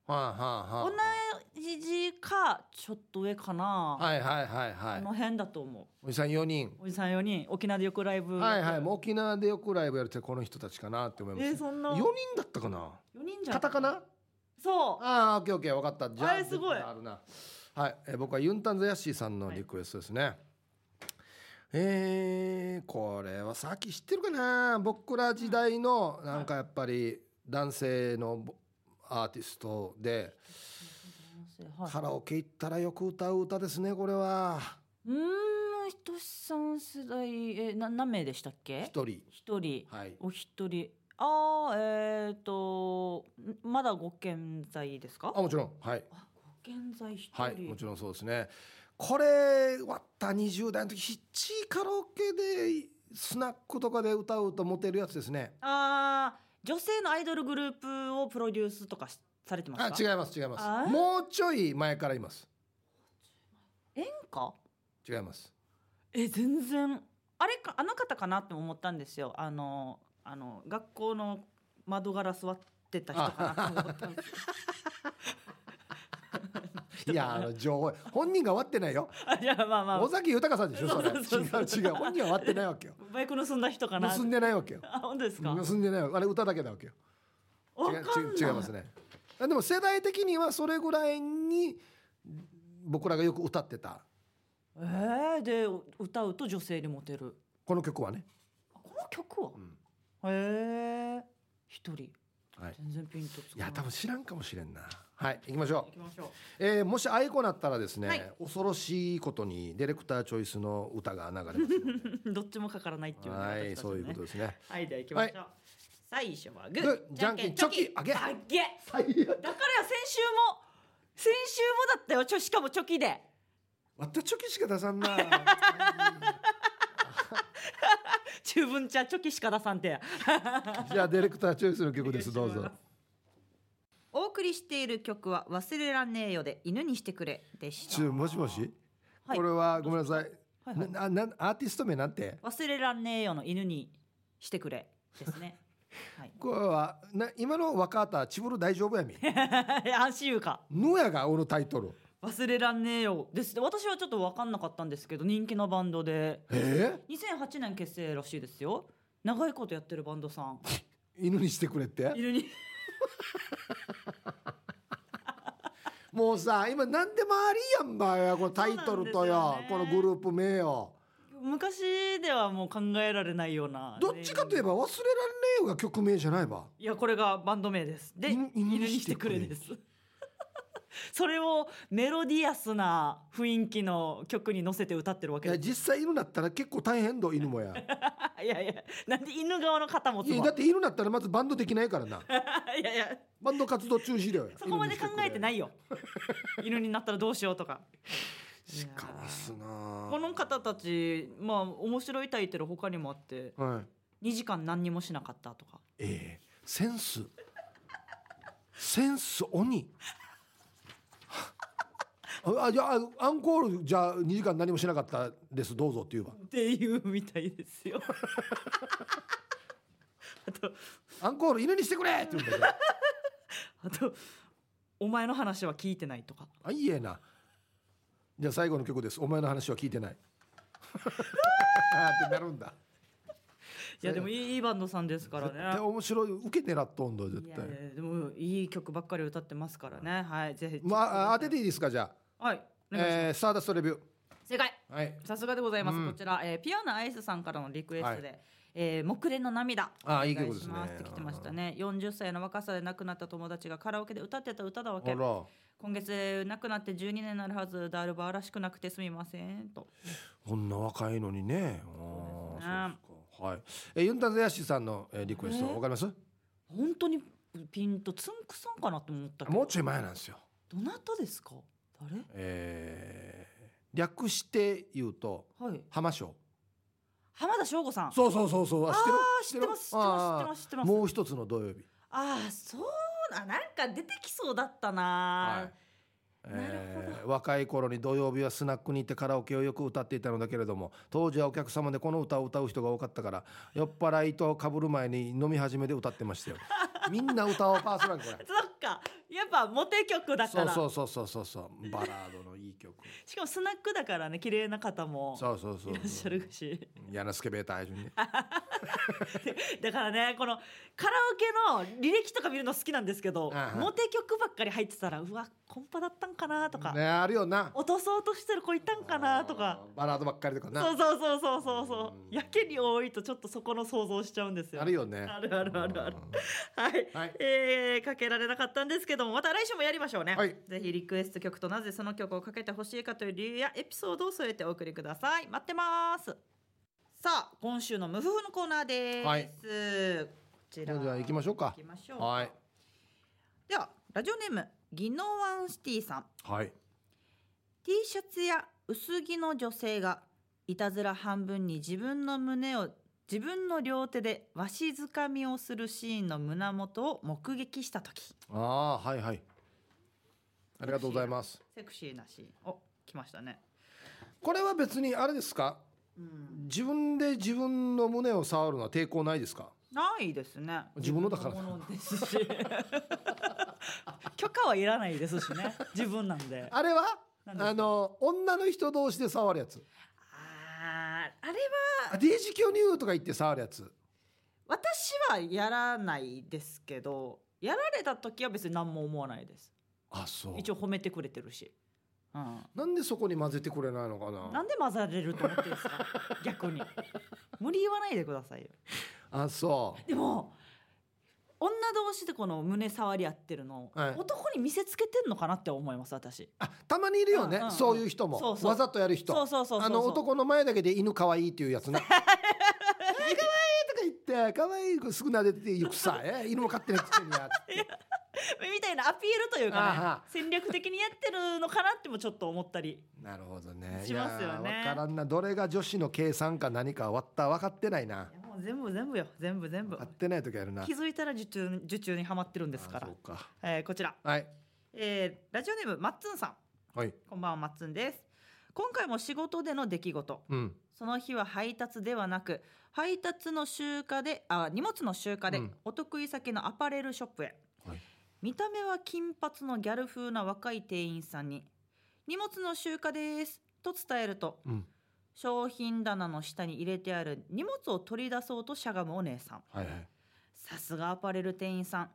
多分はいはい同はいじ字かちょっと上かな、はいはいはいはこいの辺だと思おじさん4人うおじさん4人沖縄でよくライブはいはいもう沖縄でよくライブやるってこの人たちかなって思いまえーすそんな4 4人だったかな人じゃんカタカナそうああオッケーオッケー分かったじゃああれすごい絶対あるなはい、えー僕はユンタンザヤッシーさんのリクエストですね、えーこれはさっき知ってるかな僕ら時代のなんかやっぱり男性のボアーティストではいカラオケ行ったらよく歌う歌ですねこれはうーんひとしさん世代えな何名でしたっけ一人一人はいお一人ああえっ、とんまだご健在ですかあもちろんはいあご健在一人、はいもちろんそうですねこれ終わった20代の時ひっちいカラオケでスナックとかで歌うとモテるやつですねああ女性のアイドルグループをプロデュースとかしされてますあか違います違いまあすもうちょい前からいます演歌違い ますえ全然あれかあの方かなって思ったんですよあのあの学校の窓ガラ座ってた人かなって思ったん ですよいやあの情報本人が割ってないよあいやまあまあ尾崎豊さんでしょそれ違うそうそうそう違う本人は割ってないわけよバイク盗んだ人かな盗んでないわけよ あ本当ですか盗んでないわけあれ歌だけだわけよわ違かうんない違う違いますねあでも世代的にはそれぐらいに僕らがよく歌ってたえー、で歌うと女性にモテるこの曲はね、あこの曲はうんへえ一人はい、全然ピンとついかなや多分知らんかもしれんなはい行きましょ行うきましょうえーもしあいこなったらですね、はい恐ろしいことにディレクターチョイスの歌が流れます のでどっちもかからないっていうねは私いたちそのうねいうことですねはいでは行きましょう、最初はグーグーじゃんけんチョキあげだからや先週も先週もだったよちょしかもチョキでわったチョキしか出さん な中分茶チョキしか出さんてじゃあディレクターチョイスの曲ですどうぞお送りしている曲は忘れらんねえよで犬にしてくれでしたちょもしもし、はいこれはごめんなさい、はいはいななアーティスト名なんて忘れらんねえよの犬にしてくれです ねはい これはな今の若方ちぶる大丈夫やみ安心うかぬやが俺のタイトル忘れらんねえよですって私はちょっと分かんなかったんですけど人気のバンドでえ2008年結成らしいですよ長いことやってるバンドさんー、犬にしてくれって犬 にもうさ今何でもありやんばよこのタイトルとそうよなんですこよのねグループ名よ昔ではもう考えられないようなどっちかといえば忘れられねえよが曲名じゃないばいやこれがバンド名ですで犬犬犬ににしてくれです それをメロディアスな雰囲気の曲に乗せて歌ってるわいけやです実際犬なったら結構大変ど 犬もやいやいやなんで犬側の肩持ついやのだって犬なったらまずバンドできないからな いやいやバンド活動中止だよそこまで考えてないいよ犬になったらどうしようとかしかもすなあこの方たちまあ面白いタイトル他にもあってはい2時間何にもしなかったとかええセンスセンス鬼ああじゃあアンコールじゃあ2時間何もしなかったですどうぞって言えばっていうみたいです よあとアンコール犬にしてくれって言うんだよあとお前の話は聞いてないとかあいいえなじゃあ最後の曲ですお前の話は聞いてないってなるんだいやでもいいいいバンドさんですからね絶対面白い受け狙っとんだよ絶いや対いやでもいい曲ばっかり歌ってますからねはいぜひまああ当てていいですかじゃあ、はいお願いしますえー、スターダストレビュー正解はいさすがでございます、うんこちら、えーピアノアイスさんからのリクエストで、はえー木蓮の涙あーいいお願曲ですねしますってきてましたね40歳の若さで亡くなった友達がカラオケで歌ってた歌だわあけら今月亡くなって12年になるはずダルバーらしくなくてすみませんとこんな若いのにねあねーそうですかはいえーユンタンザヤシさんのえーリクエスえトーわかります本当にピンとつんくさんかなって思ったけどもうちょい前なんですよどなたですか誰えー略して言うとはい浜省浜田省吾さんそうそうそうそうあ知ってあー知っるてます知ってあーます知ってます知ってますもう一つの土曜日ああそうななんか出てきそうだったな、はい。なるほどえー若い頃に土曜日はスナックに行ってカラオケをよく歌っていたのだけれども当時はお客様でこの歌を歌う人が多かったから酔っ払いとかぶる前に飲み始めで歌って ましたよみんな歌をパーソナルこれそっかやっぱモテ曲だかそうらそうそうそうそうそうバラードのいい 曲しかもスナックだからね綺麗な方もそうそうそういらっしゃるし やなすけベーター順ねだからねこのカラオケの履歴とか見るの好きなんですけどあはモテ曲ばっかり入ってたらうわコンパだったんかなとか、ねあるよな落とそうとしてる子いたんかなとかバラードばっかりとかなそうそうそうそうそうそううんやけに多いとちょっとそこの想像しちゃうんですよあるよねあるあるあるあるはい、はいえーかけられなかったんですけどもまた来週もやりましょうね、はいぜひリクエスト曲となぜその曲をかけてほしいかという理由やエピソードを添えてお送りください待ってますさあ今週の無夫婦のコーナーです、はいこちらじゃあ行きましょうか行きましょうはいではラジオネームギノワンシティさんはい。 T シャツや薄着の女性がいたずら半分に自分の胸を自分の両手でわしづかみをするシーンの胸元を目撃した時ああーはいはい。ありがとうございます。セクシーなシーンお来ましたねこれは別にあれですか？うん自分で自分の胸を触るのは抵抗ないですか？ないですね自分のだから自分のものですし 許可はいらないですしね自分なんでああれは何ですかあの女の人同士で触るやつ。あーあれはあ D 字巨乳とか言って触るやつ。私はやらないですけどやられた時は別に何も思わないですあそう。一応褒めてくれてるし、うん、なんでそこに混ぜてくれないのかな。なんで混ざれると思ってるんですか逆に無理言わないでくださいよあそでも女同士でこの胸触り合ってるの、はい男に見せつけてんのかなって思います私う。あたまにいるよね、うんうんうんそういう人もそうそうわざとやる人。そうそうそうそうそうあの男の前だけで犬可愛いっていうや つね。可愛いとか言って可愛いすぐ撫でててよくさ、え犬も飼ってなくてんやって。みたいなアピールというあかはね戦略的にやってるのかなってもちょっと思ったりなるほどね。しますよねいやーわからんな。どれが女子の計算か何かわった分かってないな。いやもう全部全部よ全部全部分かってない時あるな。気づいたら受注に受注にはまってるんですかあらそう、か。えーこちら、はい。えーラジオネームマッツンさんはい。こんばんはマッツンです今回も仕事での出来事うん。その日は配達ではなく配達の集荷であ荷物の集荷で、うんお得意先のアパレルショップへ、はい見た目は金髪のギャル風な若い店員さんに「荷物の集荷です」と伝えるとうん。商品棚の下に入れてある荷物を取り出そうとしゃがむお姉さんはいはい。さすがアパレル店員さん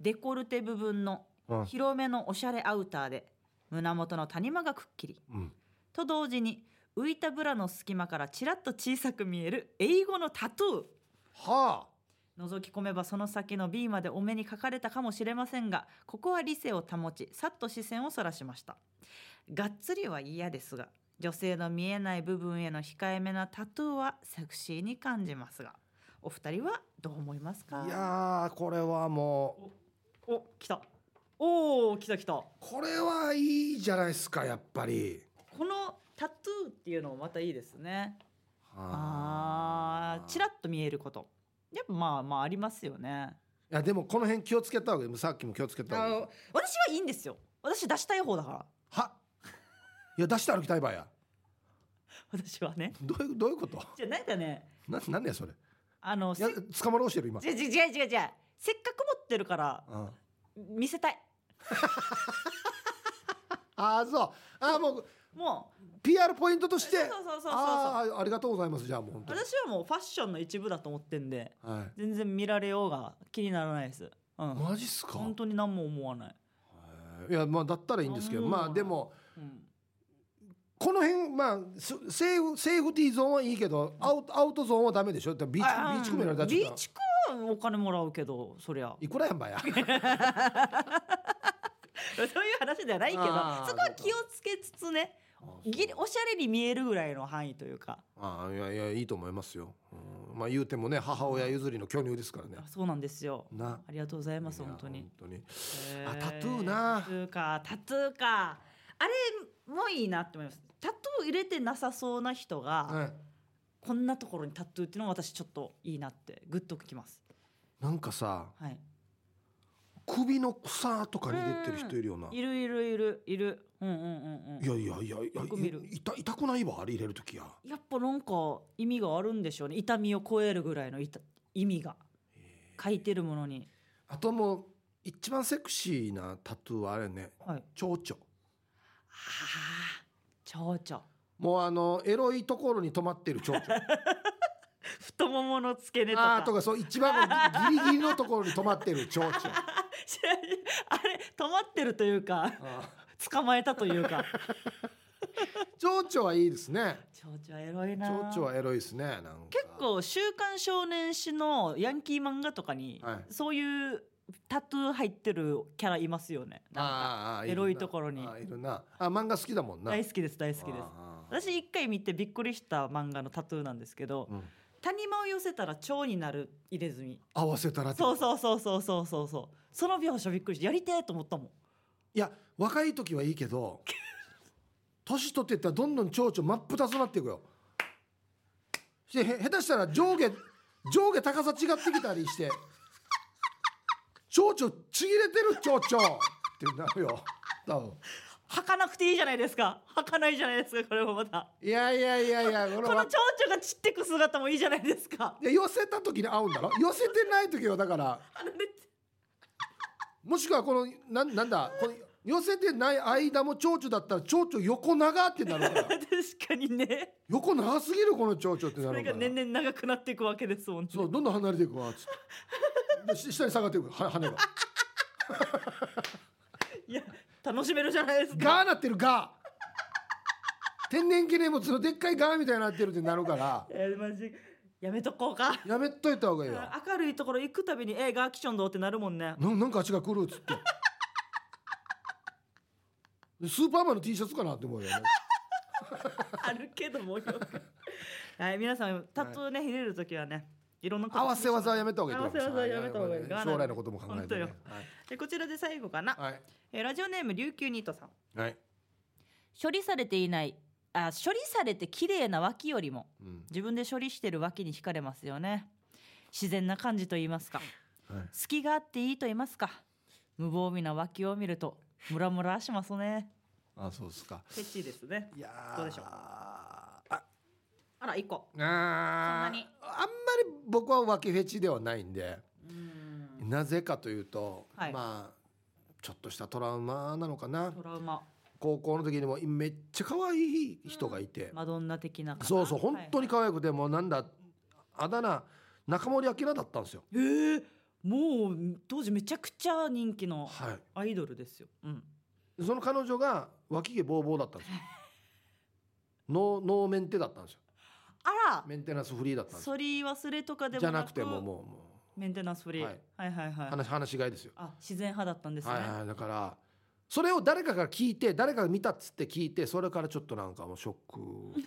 デコルテ部分のうん。広めのおしゃれアウターで胸元の谷間がくっきりうん。と同時に浮いたブラの隙間からちらっと小さく見える英語のタトゥーは覗き込めばその先の B までお目にかかれたかもしれませんがここは理性を保ちさっと視線をそらしましたがっつりは嫌ですが女性の見えない部分への控えめなタトゥーはセクシーに感じますがお二人はどう思いますかあ。いやーこれはもうお来たおお来た来たここれはいいじゃないですかやっぱり。のタトゥーっていうのもまたいいですねはあーちらっと見えることやっぱまあまあありますよねいやでもこの辺気をつけた方がいい。さっきも気をつけたあ方がいいの。私はいいんですよ私出したい方だから はいや出して歩きたい場合や。私はねどういうどういうこと？ じゃあなんかねななんだよそれ。あのいせや違う捕まろうしてる今。違う違う違う違うせっかく持ってるからうん。見せたいああそうああもうもう PR ポイントとしてそうそうそうそうそうああありがとうございますじゃあもう本当に、私はもうファッションの一部だと思ってんではい、全然見られようが気にならないですうんマジっすか本当に何も思わない、いやまあだったらいいんですけどあもうまあでもうん、この辺まあすセーフセーフティーゾーンはいいけどアウトアウトゾーンはダメでしょだからビーあチビーチ組められたらビちょーっとチクはお金もらうけどそりゃいくらやんばや そういう話ではないけどそこあーは気をつけつつね ギリおしゃれに見えるぐらいの範囲というかああいやいやいいと思いますよ、うんまあ言うてもね母親譲りの巨乳ですからねあそうなんですよなありがとうございますいや本当に本当にへあタトゥーなタトゥーかタトゥーかあれもいいなって思いますタトゥー入れてなさそうな人が、はいこんなところにタトゥーっていうのは私ちょっといいなってグッときますなんかさはい首の草とかに出てる人いるよないるいるいるいるうんうんうんうんいやいやいやいやよく見るい痛痛くないわあれ入れる時ややっぱなんか意味があるんでしょうね痛みを超えるぐらいの痛意味が書いてるものに、あともう一番セクシーなタトゥーはあれねはい、蝶々ああ蝶々もうあのエロいところに止まって る蝶々太ももの付け根とあか ーとかそう一番のギリギリのところに止まってる蝶々知らんあれ止まってるというかあ捕まえたというかー蝶々はいいですね蝶々エロい蝶な々はエロいですねなんか結構「週刊少年誌」のヤンキー漫画とかに、はいそういうタトゥー入ってるキャラいますよねなんかあーあーエロいところにあーいるなあ漫画好きだもんな大好きです大好きですあー私一回見てびっくりした漫画のタトゥーなんですけど、うん谷間を寄せたら蝶になる入れ墨合わせたらってそうそうそうそうそうそうそうその描写びっくりしてやりてえと思ったもんいや若い時はいい けど年取ってったらどんどん蝶々真っ二つになっていくよしてへ下手したら上下上下高さ違ってきたり して蝶々ちぎれてる蝶々ってなるよ多分吐かなくていいじゃないですか吐かないじゃないですかこれもまたいやいやいやいやこれこのは蝶々が散ってく姿もいいじゃないですかいや寄せた時に合うんだろ寄せてない時はだからあのねもしくはこのなんなんだこの寄せてない間も蝶々だったら蝶々横長ってなる から確かにね横長すぎるこの蝶々ってなこるれかがら年々長くなっていくわけですもんねそうどんどん離れていくわつ ってでし下に下がっていくは羽がいや楽しめるじゃないですガかーなってるガー天然記念物のでっかいガーみたいになってるってなるからえー、マジやめとこうかやめといた方がいいよ明るいところ行くたびに「えー、ガーキションどう?」ってなるも んねななんか足が来るっつってでスーパーマンの T シャツかなって思うよね あるけどもよくはい皆さんタトゥーね、入れる時はねいろんなこと合わせ技はやめた方がいいと思います合わせ技はやめた方がいいはは将来のことも考えてね本でこちらで最後かな、はいえーラジオネーム琉球ニートさんはい、処理されていないあ処理されて綺麗な脇よりもうん自分で処理してる脇に惹かれますよね自然な感じと言いますかはい、隙があっていいと言いますか無防備な脇を見るとムラムラしますねあそうですかケチですねいやーどうでしょうああら一個あーそんなにあんまり僕は脇フェチではないんでうんなぜかというと、はいまあちょっとしたトラウマなのかなトラウマ高校の時にもめっちゃ可愛い人がいて、マドンナ的な方そうそうはい本当に可愛くてもうなんだあだ名中森明菜だったんですよ。えーもう当時めちゃくちゃ人気のはアイドルですよ、うん、い、その彼女が脇毛ボーボーだ ったんですよ。ノーノーメンテだったんですよ。あらメンテナンスフリーだったんですよ。そり忘れとかでもじゃななくくてもうもうもメンテナンスフリー、ははいい、はいはいはうい話話しがいですよ。あ自然派だったんですね、はいはいだからそれを誰かが聞いて誰かが見たっつって聞いてそれからちょっとなんかもうショック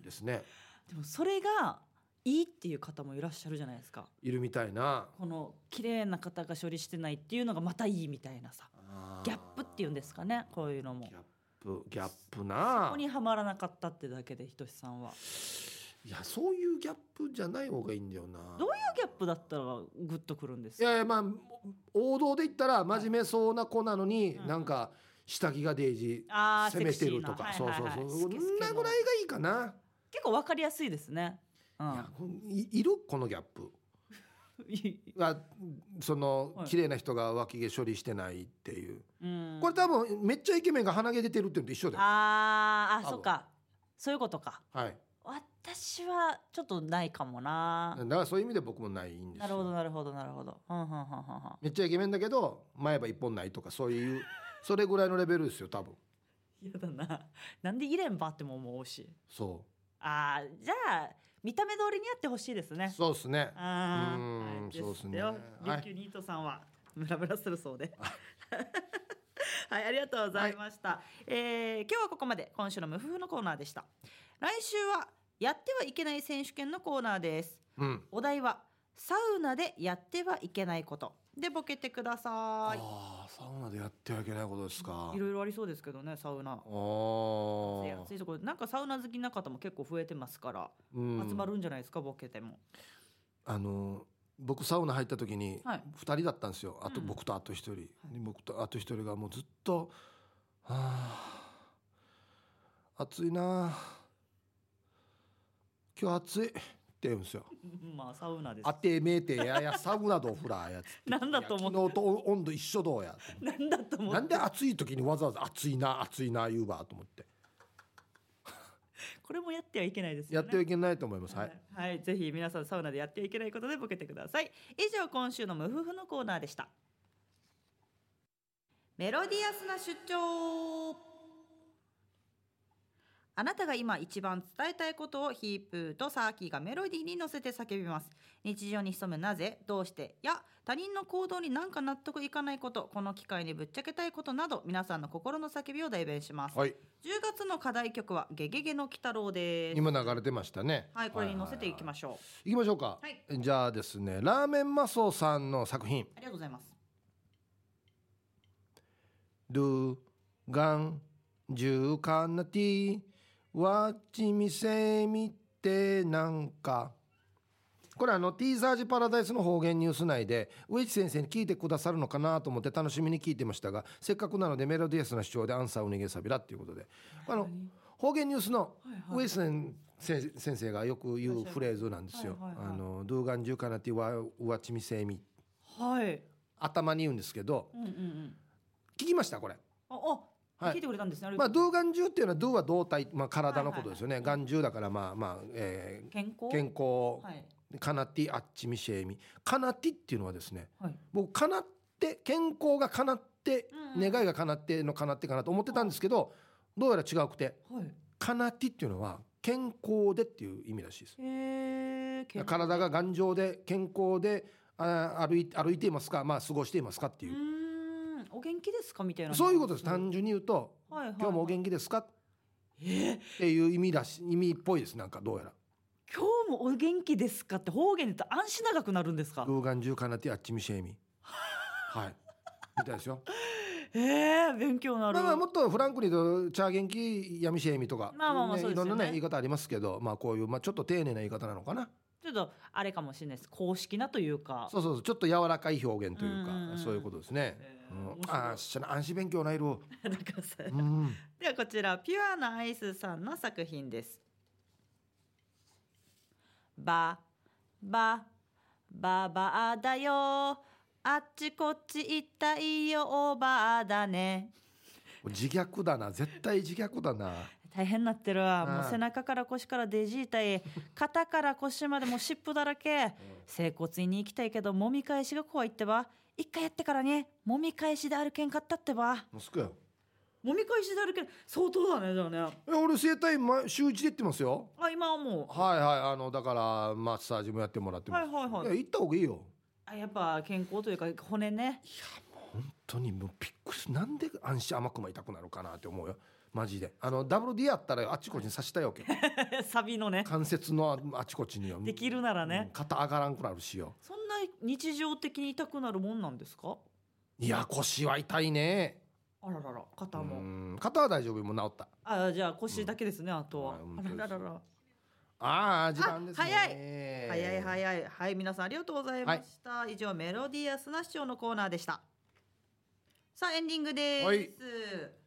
ですね。でもそれがいいっていう方もいらっしゃるじゃないですかいるみたいな。この綺麗な方が処理してないっていうのがまたいいみたいなさギャップっていうんですかねこういうのもギャップギャップこなこにはまらなかったってだけでひとしさんはいやそういうギャップじゃない方がいいんだよなどういうギャップだったらグッとくるんですいかやいやまあ王道で言ったら真面目そうな子なのに、はいなんか下着がデイジあーー攻めてるとかセそクうシーそなはいはいはいうそうスそケスケのんなぐらいがいいかな、結構わかりやすいですね、ういやこんいいるこのギャップん、がその、はい綺麗な人が脇毛処理してないっていううんこれ多分めっちゃイケメンが鼻毛出てるっていうのと一緒だよあー多あ分そっかそういうことかはい私はちょっとないかもなだからそういう意味で僕もないんですよなるほどなるほどなるほどうんうんうんうんうんめっちゃイケメンだけど前歯一本ないとかそういうそれぐらいのレベルですよ多分嫌だななんでいれんばっても思うしそあーじゃあ見た目通りにやってほしいですうねそうですねあうーんーはいそうですねよはい琉球ニートさんはムラムラする そうで はいありがとうございました、えー今日はここまで今週の無夫婦のコーナーでした来週はやってはいけない選手権のコーナーですうんお題はサウナでやってはいけないことでボケてくださいああサウナでやってはいけないことですかいろいろありそうですけどねサウナおー暑いところなんかサウナ好きな方も結構増えてますから、うん集まるんじゃないですかボケてもあのー僕サウナ入った時にはい2人だったんですよあとうん僕とあと1人、で僕とあと1人がもうずっとあ暑いなあ今日暑いって言うんですよ まあサウナですあてめえてややサウナとお風呂やつっ てなんだと思ういや昨日と温度一緒どうやってなんだと思なうんで暑い時にわざわざ暑いな暑いな言うばと思ってこれもやってはいけないですやよっねてはいけないと思いますはいはい、はい、ぜひ皆さんサウナでやってはいけないことでボケてください以上今週のムフフのコーナーでしたメロディアスな出張あなたが今一番伝えたいことをヒープーとサーキーがメロディーに乗せて叫びます日常に潜むなぜどうしてや他人の行動になんか納得いかないことこの機会にぶっちゃけたいことなど皆さんの心の叫びを代弁します、はい10月の課題曲はゲゲゲの鬼太郎です今流れてましたねはい、これに載せていきまょしょう。う行きましょうかはいじゃあですねラーメンマソさんの作品ありがとうございます。ルガンジューカナティワッチミセミってなんかこれあのティーサージパラダイスの方言ニュース内で上地先生に聞いてくださるのかなと思って楽しみに聞いてましたがせっかくなのでメロディアスな主張でアンサーを逃げさびらっていうことであの方言ニュースのはい上地先生先生がよく言うフレーズなんですよ。はいはいはいあのドゥーガンジューカナティワワッチミセミはい。頭に言うんですけどうんうんうん。聞きましたこれ。あ、あ、はい聞いてくれたんですね。まあ、ドゥ眼中っていうのはドゥは胴体、まあ、体のことですよね、はいはいはい眼中だからまあまあ、え健ー康。健康、はい。カナティあっちみしえみカナティっていうのはですねはい。僕かなって健康がかなって、うんうん願いがかなってのかなってかなと思ってたんですけどどうやら違うくてはい。カナティっていうのは健康でっていう意味らしいですへえ。健康体が頑丈で健康であ歩い歩いていますか、まあ、過ごしていますかってういーう、ん。お元気ですかみたいな。そういうことです単純に言うと「はいはい。今日もお気。元気ですか?」えー、っていう意味らし意味っぽいですなんかどうやら。今日もお元気ですかって方言で言ったら安心長くなるんですか。老眼中かなってあっちみし えみ。はい。みたいですよ。ええー、勉強になる。まあまあもっとフランクにとチャー元気やみしえみとか、まあまあまあねそうですよねいろんなね言い方ありますけど、まあこういうまあちょっと丁寧な言い方なのかな。ちょっとあれかもしれないです。公式なというか。そうそうそうちょっと柔らかい表現というかうんうんうんそういうことですね。えーうん面白いあーしゃな安心勉強ないろ。 なんかさ。うん。ではこちらピュアなアイスさんの作品です。ばばばばあだよあっちこっち行ったいよおばあだね自虐だな絶対自虐だな。大変なってるわうんもう背中から腰からデジータへ肩から腰までもう湿布だらけ整骨院に行きたいけどもみ返しが怖いってば一回やってからねもみ返しで歩けんかったってばもうすくよ。もみ返しで歩けん相当だねじゃあねえ俺整体毎週一で行ってますよ。あ今はもうはいはいあのだからマッサージもやってもらってまはすい。はいはいいや行った方がいいよ。あやっぱ健康というか骨ね 本当にもうびっくりするなんで安心甘くも痛くなるかなって思うよマジであの WD やったらよあっちこっちに刺したいわけ サビのね関節のああちこちによできるならうねん、肩上がらんくなるしよそんな日常的に痛くなるもんなんですかいや腰は痛いねあららら肩も、うん肩は大丈夫もう治ったあじゃあ腰だけですね、あとは、はい本あ当らですらららああ時間ですねあ早い早早い早いはい皆さんありがとうございました、以上メロディアスな視聴のコーナーでしたさあエンディングです、はい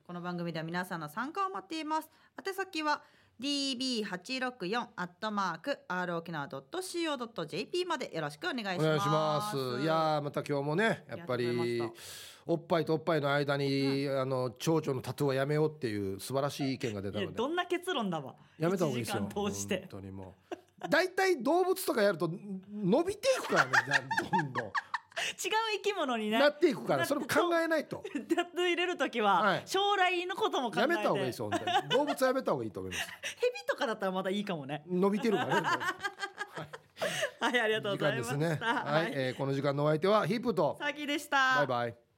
この番組では皆さんの参加を待っています宛先は db 八六四アットマーク r 沖縄ドット co ドット jp までよろしくお願いします。お願いしますいやーまた今日もねやっぱありりがとうございまおっぱいとおっぱいの間に、あの蝶々のタトゥーはやめようっていう素晴らしい意見が出たいやのでどんな結論だわやめた方がいいですよ。 1時間通して本当にもう。大体動物とかやるとん伸びていくからね、じゃあどんどん。違う生き物にねなっていくかなら、それも考えないと。タトゥー入れる時は、はい将来のことも考えやてめた方がいいですよ、本当に。動物はやめた方がいいと思います。ヘビとかだったらまだいいかもね伸びてるからね。 はいありがとうご時ざ間いでましすた、ね。はい、えーこの時間のお相手はヒップと。さきでしたバイバイ。